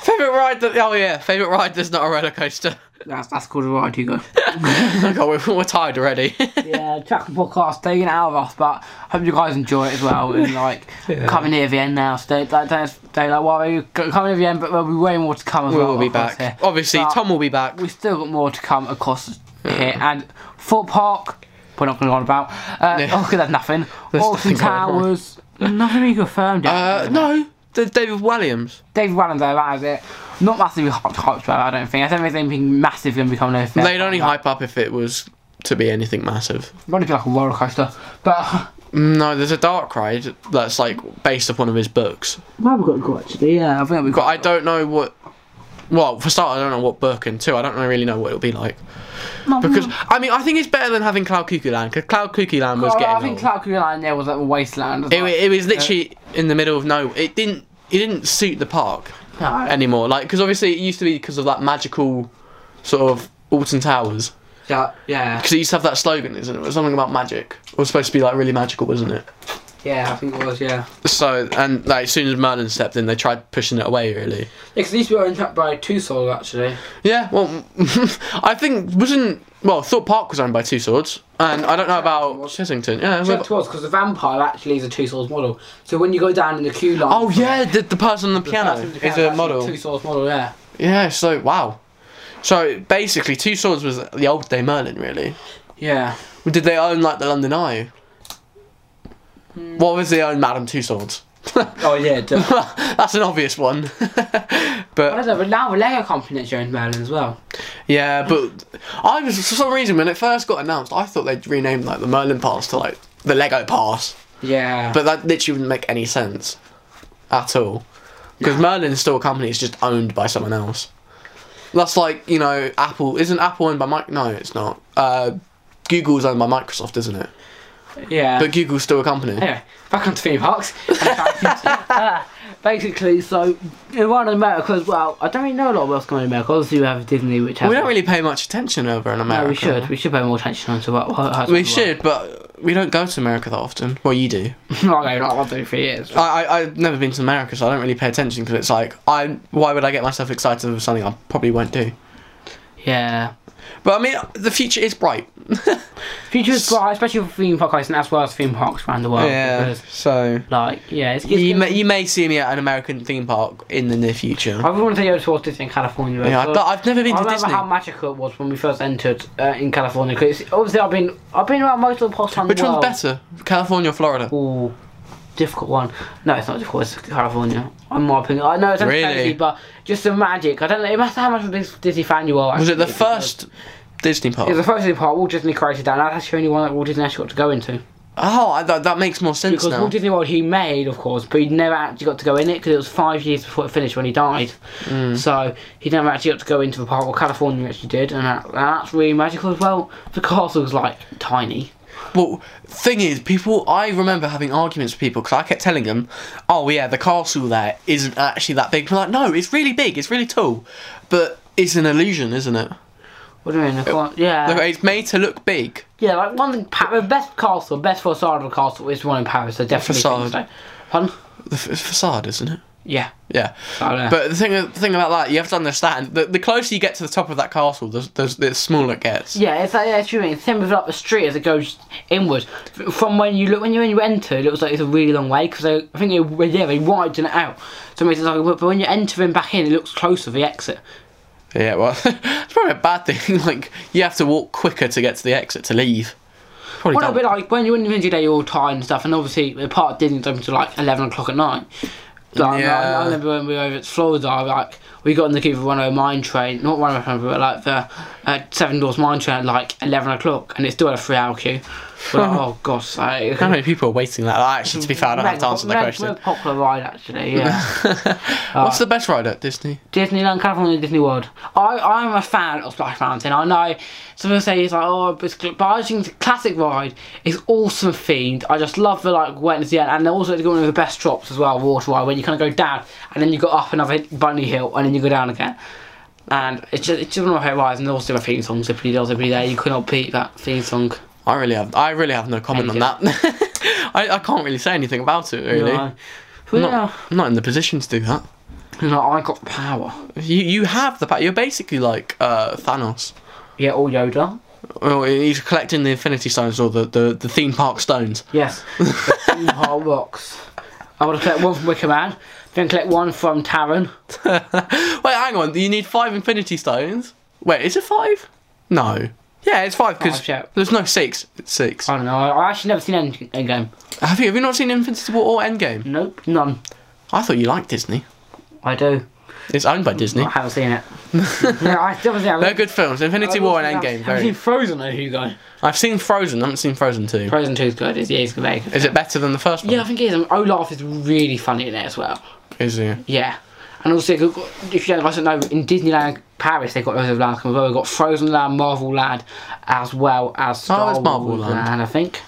S2: favorite ride that oh yeah, favorite ride that's not a roller coaster.
S1: That's, that's called a ride, you go.
S2: oh god, we're, we're tired already.
S1: yeah, track and podcast taking it out of us, but hope you guys enjoy it as well. And like coming near the end now, so don't, don't, don't, don't like worry. We're c- coming near the end, but there'll be way more to come as
S2: we
S1: well.
S2: will be
S1: of course,
S2: back.
S1: here.
S2: Obviously,
S1: But
S2: Tom will be back.
S1: We've still got more to come across here, and Fort Park. We're not going to go on about. Uh,
S2: Yeah.
S1: Oh, good, there's nothing.
S2: There's
S1: Alton
S2: nothing going on.
S1: Towers. Nothing really confirmed yet.
S2: Uh, no, the David Williams.
S1: David Wallen though, that is it. Not massively hyped, hyped about. it, I don't think. I don't think there's anything massive going to be coming over. there.
S2: They'd only hype up if it was to be anything massive.
S1: Might be like a roller coaster, but
S2: No, there's a dark ride that's like based upon one of his books.
S1: well, we've got to go actually. Yeah, I think we've
S2: But
S1: got.
S2: I don't know what. Well, for start, I don't know what book, and two, I don't really know what it'll be like. Because I mean, I think it's better than having Cloud Cuckoo Land because Cloud Cuckoo Land was
S1: Oh,
S2: getting
S1: I think
S2: old.
S1: Cloud Line there was like a wasteland. as
S2: it,
S1: well.
S2: wa- it was literally in the middle of no. It didn't. It didn't suit the park
S1: No.
S2: anymore. Like because obviously it used to be because of that magical sort of Alton Towers.
S1: yeah, yeah,
S2: Because it used to have that slogan, isn't it? It was something about magic. It was supposed to be like really magical, wasn't it?
S1: yeah, I think it was. Yeah,
S2: So and like as soon as Merlin stepped in, they tried pushing it away. Really.
S1: because these were owned by Two Soul actually.
S2: Yeah. Well, I think wasn't well. Thorpe Park was owned by Two Swords, and I don't know about Chessington. Yeah.
S1: Except
S2: we've-
S1: it was because the vampire actually is a Two Souls model. So when you go down in the queue line.
S2: Oh
S1: for
S2: yeah, the, the person on the
S1: the
S2: piano
S1: person with the
S2: is
S1: camera,
S2: a
S1: that's
S2: model.
S1: Two Souls model, yeah.
S2: Yeah, so wow. So basically, Two Swords was the old day Merlin, really.
S1: Yeah.
S2: Did they own like the London Eye? What was they own, Madame Two Swords?
S1: Oh yeah. Duh.
S2: That's an obvious one.
S1: I
S2: but
S1: don't know, but now the Lego company that's owned Merlin as well.
S2: yeah, but I was for some reason when it first got announced, I thought they'd renamed like the Merlin Pass to like the Lego Pass,
S1: Yeah.
S2: but that literally wouldn't make any sense at all because Merlin's still a company; it's just owned by someone else. That's like you know, Apple isn't Apple owned by Mike? No, it's not. Uh, Google's owned by Microsoft, isn't it?
S1: yeah.
S2: But Google's still a company.
S1: Anyway, back onto theme parks. Uh, basically, so in one in America as well. I don't really know a lot of what's going on in America. Obviously, we have Disney, which has
S2: We don't really pay much attention over in America.
S1: No, we should. We should pay more attention to what. what, what
S2: We should, but we don't go to America that often. Well, you do.
S1: no, no, not one, two, three years.
S2: I, I I've never been to America, so I don't really pay attention because it's like I why would I get myself excited over something I probably won't do.
S1: Yeah.
S2: But I mean, the future is bright.
S1: Future is bright, especially for theme park and as well as theme parks around the world. Because,
S2: So
S1: like, yeah, it's, it's
S2: you
S1: gonna-
S2: may, you may see me at an American theme park in the near future.
S1: I want to go to Walt Disney in California.
S2: Yeah,
S1: so-
S2: I've, not- I've never been
S1: I
S2: to
S1: remember
S2: Disney.
S1: how magical it was when we first entered uh, in California. Because obviously I've been I've been around most of the parts around
S2: Which
S1: the world.
S2: one's better, California or Florida?
S1: Ooh. difficult one. No, it's not difficult. It's California. In my opinion, I know it's
S2: Really?
S1: crazy, but just the magic. I don't know. It matters how much of a Dis- Disney fan you are.
S2: Was it the
S1: actually,
S2: first Disney park?
S1: It was the first Disney park Walt Disney created that, and that's the only one that Walt Disney actually got to go into.
S2: Oh, I, that, that makes more sense
S1: Because
S2: now.
S1: Walt Disney World he made, of course, but he never actually got to go in it because it was five years before it finished when he died. So he never actually got to go into the park. Well, California actually did, and that, that's really magical as well. The castle's like tiny.
S2: Well, thing is, people. I remember having arguments with people because I kept telling them, "Oh yeah, the castle there isn't actually that big." They're like, no, it's really big. It's really tall, but it's an illusion, isn't it?
S1: What do you mean? The ca- yeah.
S2: Look, it's made to look big.
S1: Yeah, like one in Pa- the best castle, best facade of the castle is the one in Paris. So definitely think
S2: facade.
S1: so. Pardon?
S2: The f- it's facade, isn't it?
S1: Yeah.
S2: Yeah.
S1: I don't know.
S2: But the thing, the thing about that, you have to understand. The, the closer you get to the top of that castle, the, the, the smaller it gets.
S1: yeah, it's like yeah, it's really same with like the street as it goes inwards. F- From when you look when you when you enter, it looks like it's a really long way because I think they yeah they widen it out, so it makes it like but when you're entering back in, it looks closer the exit.
S2: Yeah, well, it's probably a bad thing. Like you have to walk quicker to get to the exit to leave. Probably
S1: Well, no,
S2: dumb.
S1: but like when you're in the day, you're all tired and stuff, and obviously the park didn't open until like eleven o'clock at night. Like,
S2: Yeah.
S1: I, I remember when we were over at Florida, like we got on the Cooper 109 mine train, not 109, but like the uh, Seven Doors mine train at like eleven o'clock, and it's still a three-hour queue. We're like, oh gosh, like,
S2: How many people are waiting that? Actually, to be fair, I don't have to answer the question.
S1: Popular ride actually, yeah.
S2: What's the best ride at Disney?
S1: Disneyland California, Disney World. I, I'm a fan of Splash Mountain. I know some people say it's like, oh, it's cl-" but I just think the classic ride is awesome themed. I just love the like went to the end, and also it's got one of the best drops as well, water ride, when you kind of go down and then you go up another bunny hill and then you go down again. And it's just, it's just one of my favourite rides, and also the theme song, Zippity Dills Every Day. You could not beat that theme song.
S2: I really have, I really have no comment on
S1: Thank
S2: that. I, I can't really say anything about it really.
S1: No. But
S2: Not, I'm not in the position to do that.
S1: yeah, no, I got power.
S2: You you have the power. You're basically like uh, Thanos.
S1: Yeah, all Yoda.
S2: Well, he's collecting the Infinity Stones or the, the, the theme park stones.
S1: Yes. the hard rocks. I want to collect one from Wicker Man, then collect one from Taron.
S2: Wait, hang on. You need five Infinity Stones. Wait, is it five? No. Yeah, it's five because
S1: Five, yeah.
S2: there's no six. It's six.
S1: I don't know. I I actually never seen End- Endgame.
S2: Have you have you not seen Infinity War or Endgame?
S1: Nope, none.
S2: I thought you liked Disney.
S1: I do.
S2: It's owned by Disney.
S1: I haven't seen it. no, I still haven't seen it.
S2: They're good films. Infinity War and Endgame.
S1: Have you seen
S2: Very.
S1: Frozen though, Hugo?
S2: I've seen Frozen. I haven't seen Frozen two.
S1: Frozen 2 is good. It's, yeah, it's very good.
S2: Is it better than the first one?
S1: Yeah, I think it is. And Olaf is really funny in it as well.
S2: Is it?
S1: Yeah. And also, they've got- if you guys don't know, in Disneyland Paris, they've got loads of lands. They've got Frozen Land, Marvel Land, as well as Star
S2: Oh, it's
S1: Wars
S2: Marvel Land.
S1: Land, I think.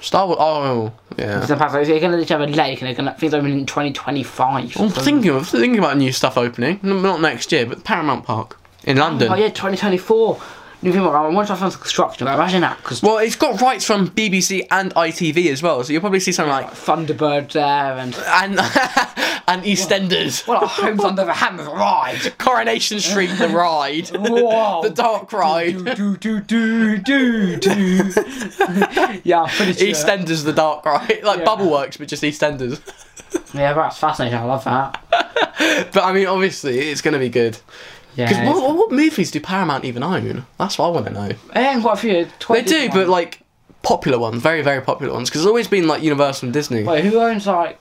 S2: Star Wars. Oh, yeah.
S1: Because so they're going to each have a lake and they're going to things open in 2025.
S2: I'm thinking of thinking about new stuff opening. N- Not next year, but Paramount Park in London.
S1: Oh yeah, 2024. New thing. I want to find some construction. Like, imagine that. Because
S2: Well, it's got rights from BBC and ITV as well, so you'll probably see something like
S1: Thunderbird there and
S2: and and EastEnders.
S1: well, like, homes under the hammer ride.
S2: Coronation Street, the ride,
S1: Whoa.
S2: the dark
S1: do
S2: ride.
S1: do do do do do. yeah, I'm pretty sure.
S2: EastEnders, the dark ride, like
S1: Yeah.
S2: Bubble Works, but just EastEnders.
S1: yeah, that's fascinating. I love that.
S2: But I mean, obviously, it's going to be good. Because
S1: Yeah.
S2: what, what movies do Paramount even own? That's what I want to know.
S1: And quite a few.
S2: They do, but like popular ones, very very popular ones. Because it's always been like Universal and Disney.
S1: Wait, who owns like?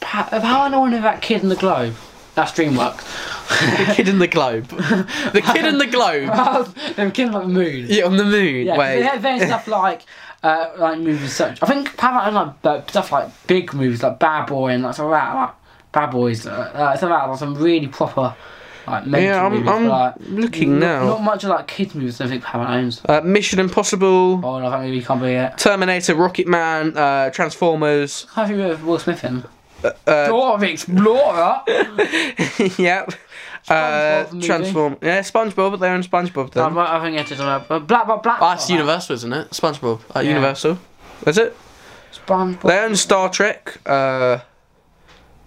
S1: Pa- how I know one of that kid in the globe? That's DreamWorks.
S2: The Kid in the Globe, the Kid in the Globe.
S1: They're kidding like the moon.
S2: Yeah, on the moon.
S1: Yeah, 'cause
S2: Wait.
S1: they have various stuff like uh, like movies such. I think Paramount own, like uh, stuff like big movies like Bad Boy and like some of that, like Bad Boys. Uh, uh, some of that, like some really proper like mental
S2: Yeah, I'm-
S1: movies.
S2: I'm
S1: but, like,
S2: looking
S1: not,
S2: now.
S1: Not much of like kids movies. I don't think Paramount owns.
S2: Uh, Mission Impossible,
S1: Oh no, that movie can't be it.
S2: Terminator, Rocket Man, uh, Transformers.
S1: Can't think of Will Smith in.
S2: Uh,
S1: Dora the Explorer.
S2: yep.
S1: SpongeBob
S2: uh,
S1: movie.
S2: transform. Yeah, Spongebob. but They're in SpongeBob. Then.
S1: I, might- I think it's about but Black Black Black.
S2: that's Ah, Universal, isn't it? SpongeBob at
S1: Yeah.
S2: Universal. Is it? They
S1: SpongeBob.
S2: own Star Trek. Uh,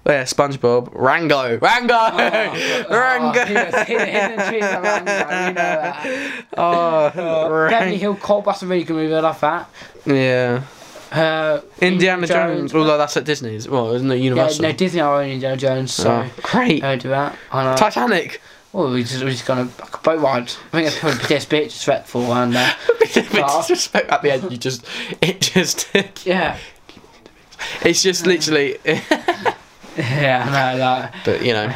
S2: yeah, SpongeBob. Rango. Rango.
S1: Oh, he
S2: Rango.
S1: was hidden, hidden trees around that, you know that.
S2: Oh,
S1: Ah. Beverly
S2: Rango.
S1: Hill Cop, that's a really good movie, I love that.
S2: Yeah.
S1: Uh,
S2: Indiana Jones. Although that's at Disney. as Well, isn't it
S1: Yeah,
S2: Universal?
S1: no, Uh, Disney are owning Indiana Jones, so
S2: Oh, great.
S1: don't do that. I know.
S2: Titanic.
S1: Well, we just, we just gonna like, boat ride. I think that's probably this bit disrespectful and uh, Ah.
S2: Bit of disrespect at the end. You just. It just.
S1: yeah.
S2: It's just literally,
S1: yeah, I know that.
S2: but you know,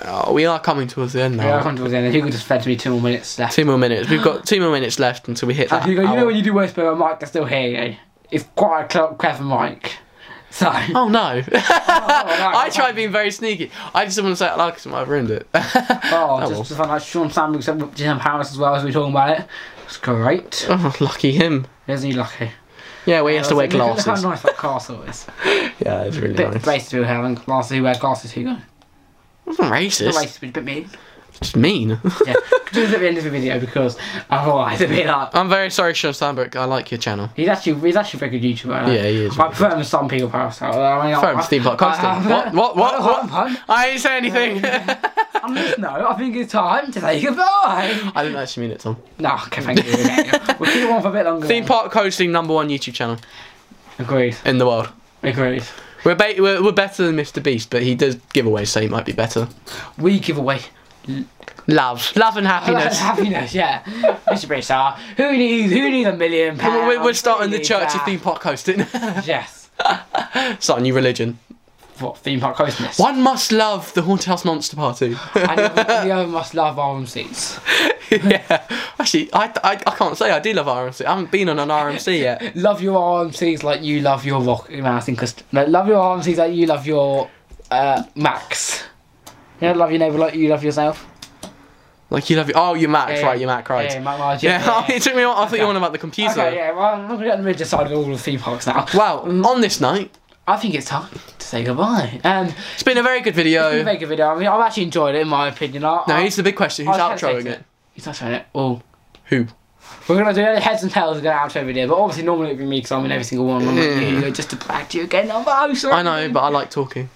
S2: uh, we are coming towards the end
S1: Yeah, I'll
S2: now.
S1: come towards the end. Hugo just fed me two more minutes left.
S2: Two more minutes. We've got two more minutes left until we hit that.
S1: Hugo, you
S2: hour.
S1: know when you do whisper, Mike, they're still here. you. It's quite a cl- clever mic. So.
S2: Oh no! I
S1: right.
S2: tried being very sneaky. I just didn't want to say it loud because I might have ruined it.
S1: Oh,
S2: Oh,
S1: just,
S2: well.
S1: just found out Sean Samuel said with Jim Harris as well as we were talking about it. It's great.
S2: oh, lucky him.
S1: Isn't he lucky?
S2: Yeah, well, he has to wear
S1: Look- look
S2: glasses.
S1: how nice that castle is.
S2: Yeah, it's really
S1: bit
S2: nice.
S1: racist people having glasses who wear glasses. Who go?
S2: wasn't
S1: Bit
S2: racist.
S1: racist, but a bit mean.
S2: Just mean.
S1: Yeah. Could do this at the end of the video because otherwise it'd be like.
S2: I'm very sorry, Sean Steinberg. I like your channel.
S1: He's actually he's actually a very good YouTuber.
S2: Yeah, he is.
S1: I prefer him to some people past. I mean, I-
S2: Phone
S1: I-
S2: Steve
S1: I-
S2: podcasting. What? What?
S1: I-
S2: What?
S1: I'm-
S2: what?
S1: I'm-
S2: I didn't say anything.
S1: On this note, I think it's time to say goodbye.
S2: I didn't actually mean it, Tom.
S1: No, okay, thank you. we'll keep it on for a bit longer.
S2: Theme
S1: then.
S2: Park hosting number one YouTube channel
S1: Agreed.
S2: in the world.
S1: Agreed.
S2: We're, ba- we're, we're better than Mr. Beast, but he does giveaways, so he might be better.
S1: We give away
S2: Love. Love and happiness.
S1: Happiness, yeah. Mr. Brissar, who needs who needs a million
S2: We're-
S1: pounds?
S2: we're, we're starting
S1: Who
S2: the
S1: needs
S2: church of
S1: that?
S2: theme park hosting.
S1: Yes.
S2: Starting new religion.
S1: What theme park hostess?
S2: One must love the Haunted House Monster Party.
S1: And the other- the other must love our own seats.
S2: yeah. Actually, I, I, I can't say I do love RMC. I haven't been on an RMC yet.
S1: Love your RMCs like you love your Rocky Mountain cust- no, love your RMCs like you love your uh, Max. You know, love your neighbour like you love yourself.
S2: Like, you love your. Oh, your Mac,
S1: Yeah, yeah.
S2: right, your Mac, right.
S1: Yeah, Mac Marge,
S2: Yeah, oh,
S1: yeah, yeah.
S2: it took me. a while- I thought you were on about the computer.
S1: Okay, yeah, Mm. well, I'm gonna get on the religious side of all the theme parks now.
S2: Well, on this night,
S1: I think it's time to say goodbye. Um, And
S2: it's been a very good video.
S1: it's been a very good video. I mean, I've actually enjoyed it, in my opinion. I,
S2: now
S1: I-
S2: here's the big question: Who's
S1: I was
S2: outroing
S1: hesitating.
S2: it?
S1: He's not showing it. Oh.
S2: Who?
S1: We're gonna do a heads and tails. We're gonna outro video, but obviously normally it'd be me because I'm in every single one. I'm
S2: Yeah.
S1: like, "Hugo, just to back to you again. I'm oh, sorry.
S2: I know, but I like talking.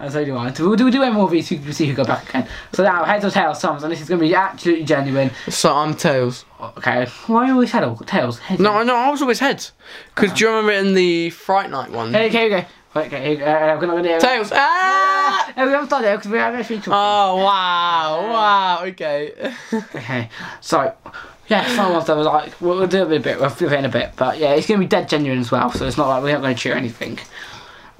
S1: And so do I. So we'll do, we'll do MLB so you can see who go back again. So now heads or tails, sums, and this is gonna be absolutely genuine.
S2: So I'm tails.
S1: Okay. Why are you always head tails? Heads
S2: No, I know. I was always heads. Because do you remember in the Fright Night one?
S1: Okay, here we go. Okay, here we go. Uh, we're not gonna do it.
S2: Tails. Ah!
S1: Uh, we haven't started because we're actually talking.
S2: Oh wow! Wow. Okay.
S1: Okay. So. Yeah, someone was like, we'll we'll do it in a bit, we'll do it in a bit, but yeah, it's gonna be dead genuine as well, so it's not like we're not gonna cheer anything.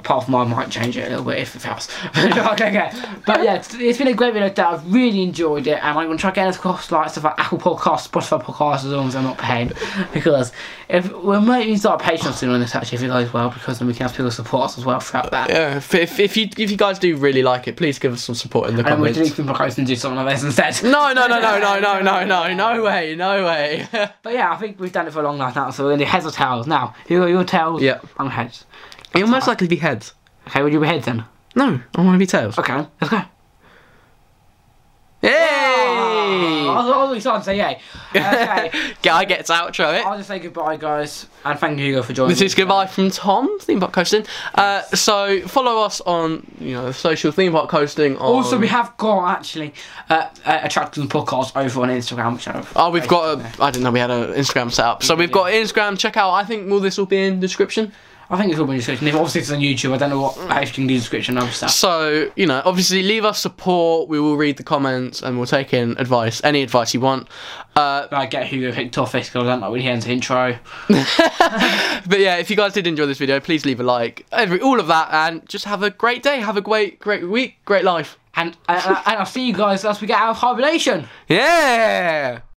S1: apart from I might change it a little bit if it fails. okay, okay. But yeah, it's- it's been a great video. Dad. I've really enjoyed it, and I'm gonna try getting us across like stuff like Apple Podcasts, Spotify Podcasts, as long as I'm not paying, because if we might even start a Patreon soon on this actually if it goes well, because then we can have people support us as well throughout that.
S2: Yeah. If, if, if you if you guys do really like it, please give us some support in the
S1: And we delete
S2: comments.
S1: from and do something like this instead.
S2: No, no, no, no, no, no, no, no, no way, no way.
S1: But yeah, I think we've done it for a long night now, so we're gonna do heads or tails now. Who are your tails?
S2: Yeah.
S1: I'm heads.
S2: It'll most likely be heads.
S1: Okay, would you be heads then?
S2: No, I want to be tails.
S1: Okay, let's go.
S2: Hey!
S1: I was, I was excited to say yay. Uh, Okay.
S2: Guy gets outro it.
S1: I'll just say goodbye, guys, and thank you, Hugo, for joining.
S2: This
S1: me.
S2: is goodbye from Tom, Theme Park Coasting. Uh, so follow us on you know the social Theme Park Coasting. On...
S1: Also, we have got actually uh, uh, attracting podcast over on Instagram, which I've.
S2: Oh, we've got a. I didn't know we had an Instagram set up. So we've got Instagram. Check out. I think all this will be in description.
S1: I think it's all in the description. If obviously it's on YouTube, I don't know what how you can do description and other stuff.
S2: So you know, obviously leave us support. We will read the comments and we'll take in advice. Any advice you want. Uh,
S1: But I get Hugo picked off this because I don't like when he ends the intro.
S2: but yeah, if you guys did enjoy this video, please leave a like. Every all of that, and just have a great day. Have a great, great week. Great life.
S1: uh, And uh, and I'll see you guys as we get out of hibernation.
S2: Yeah.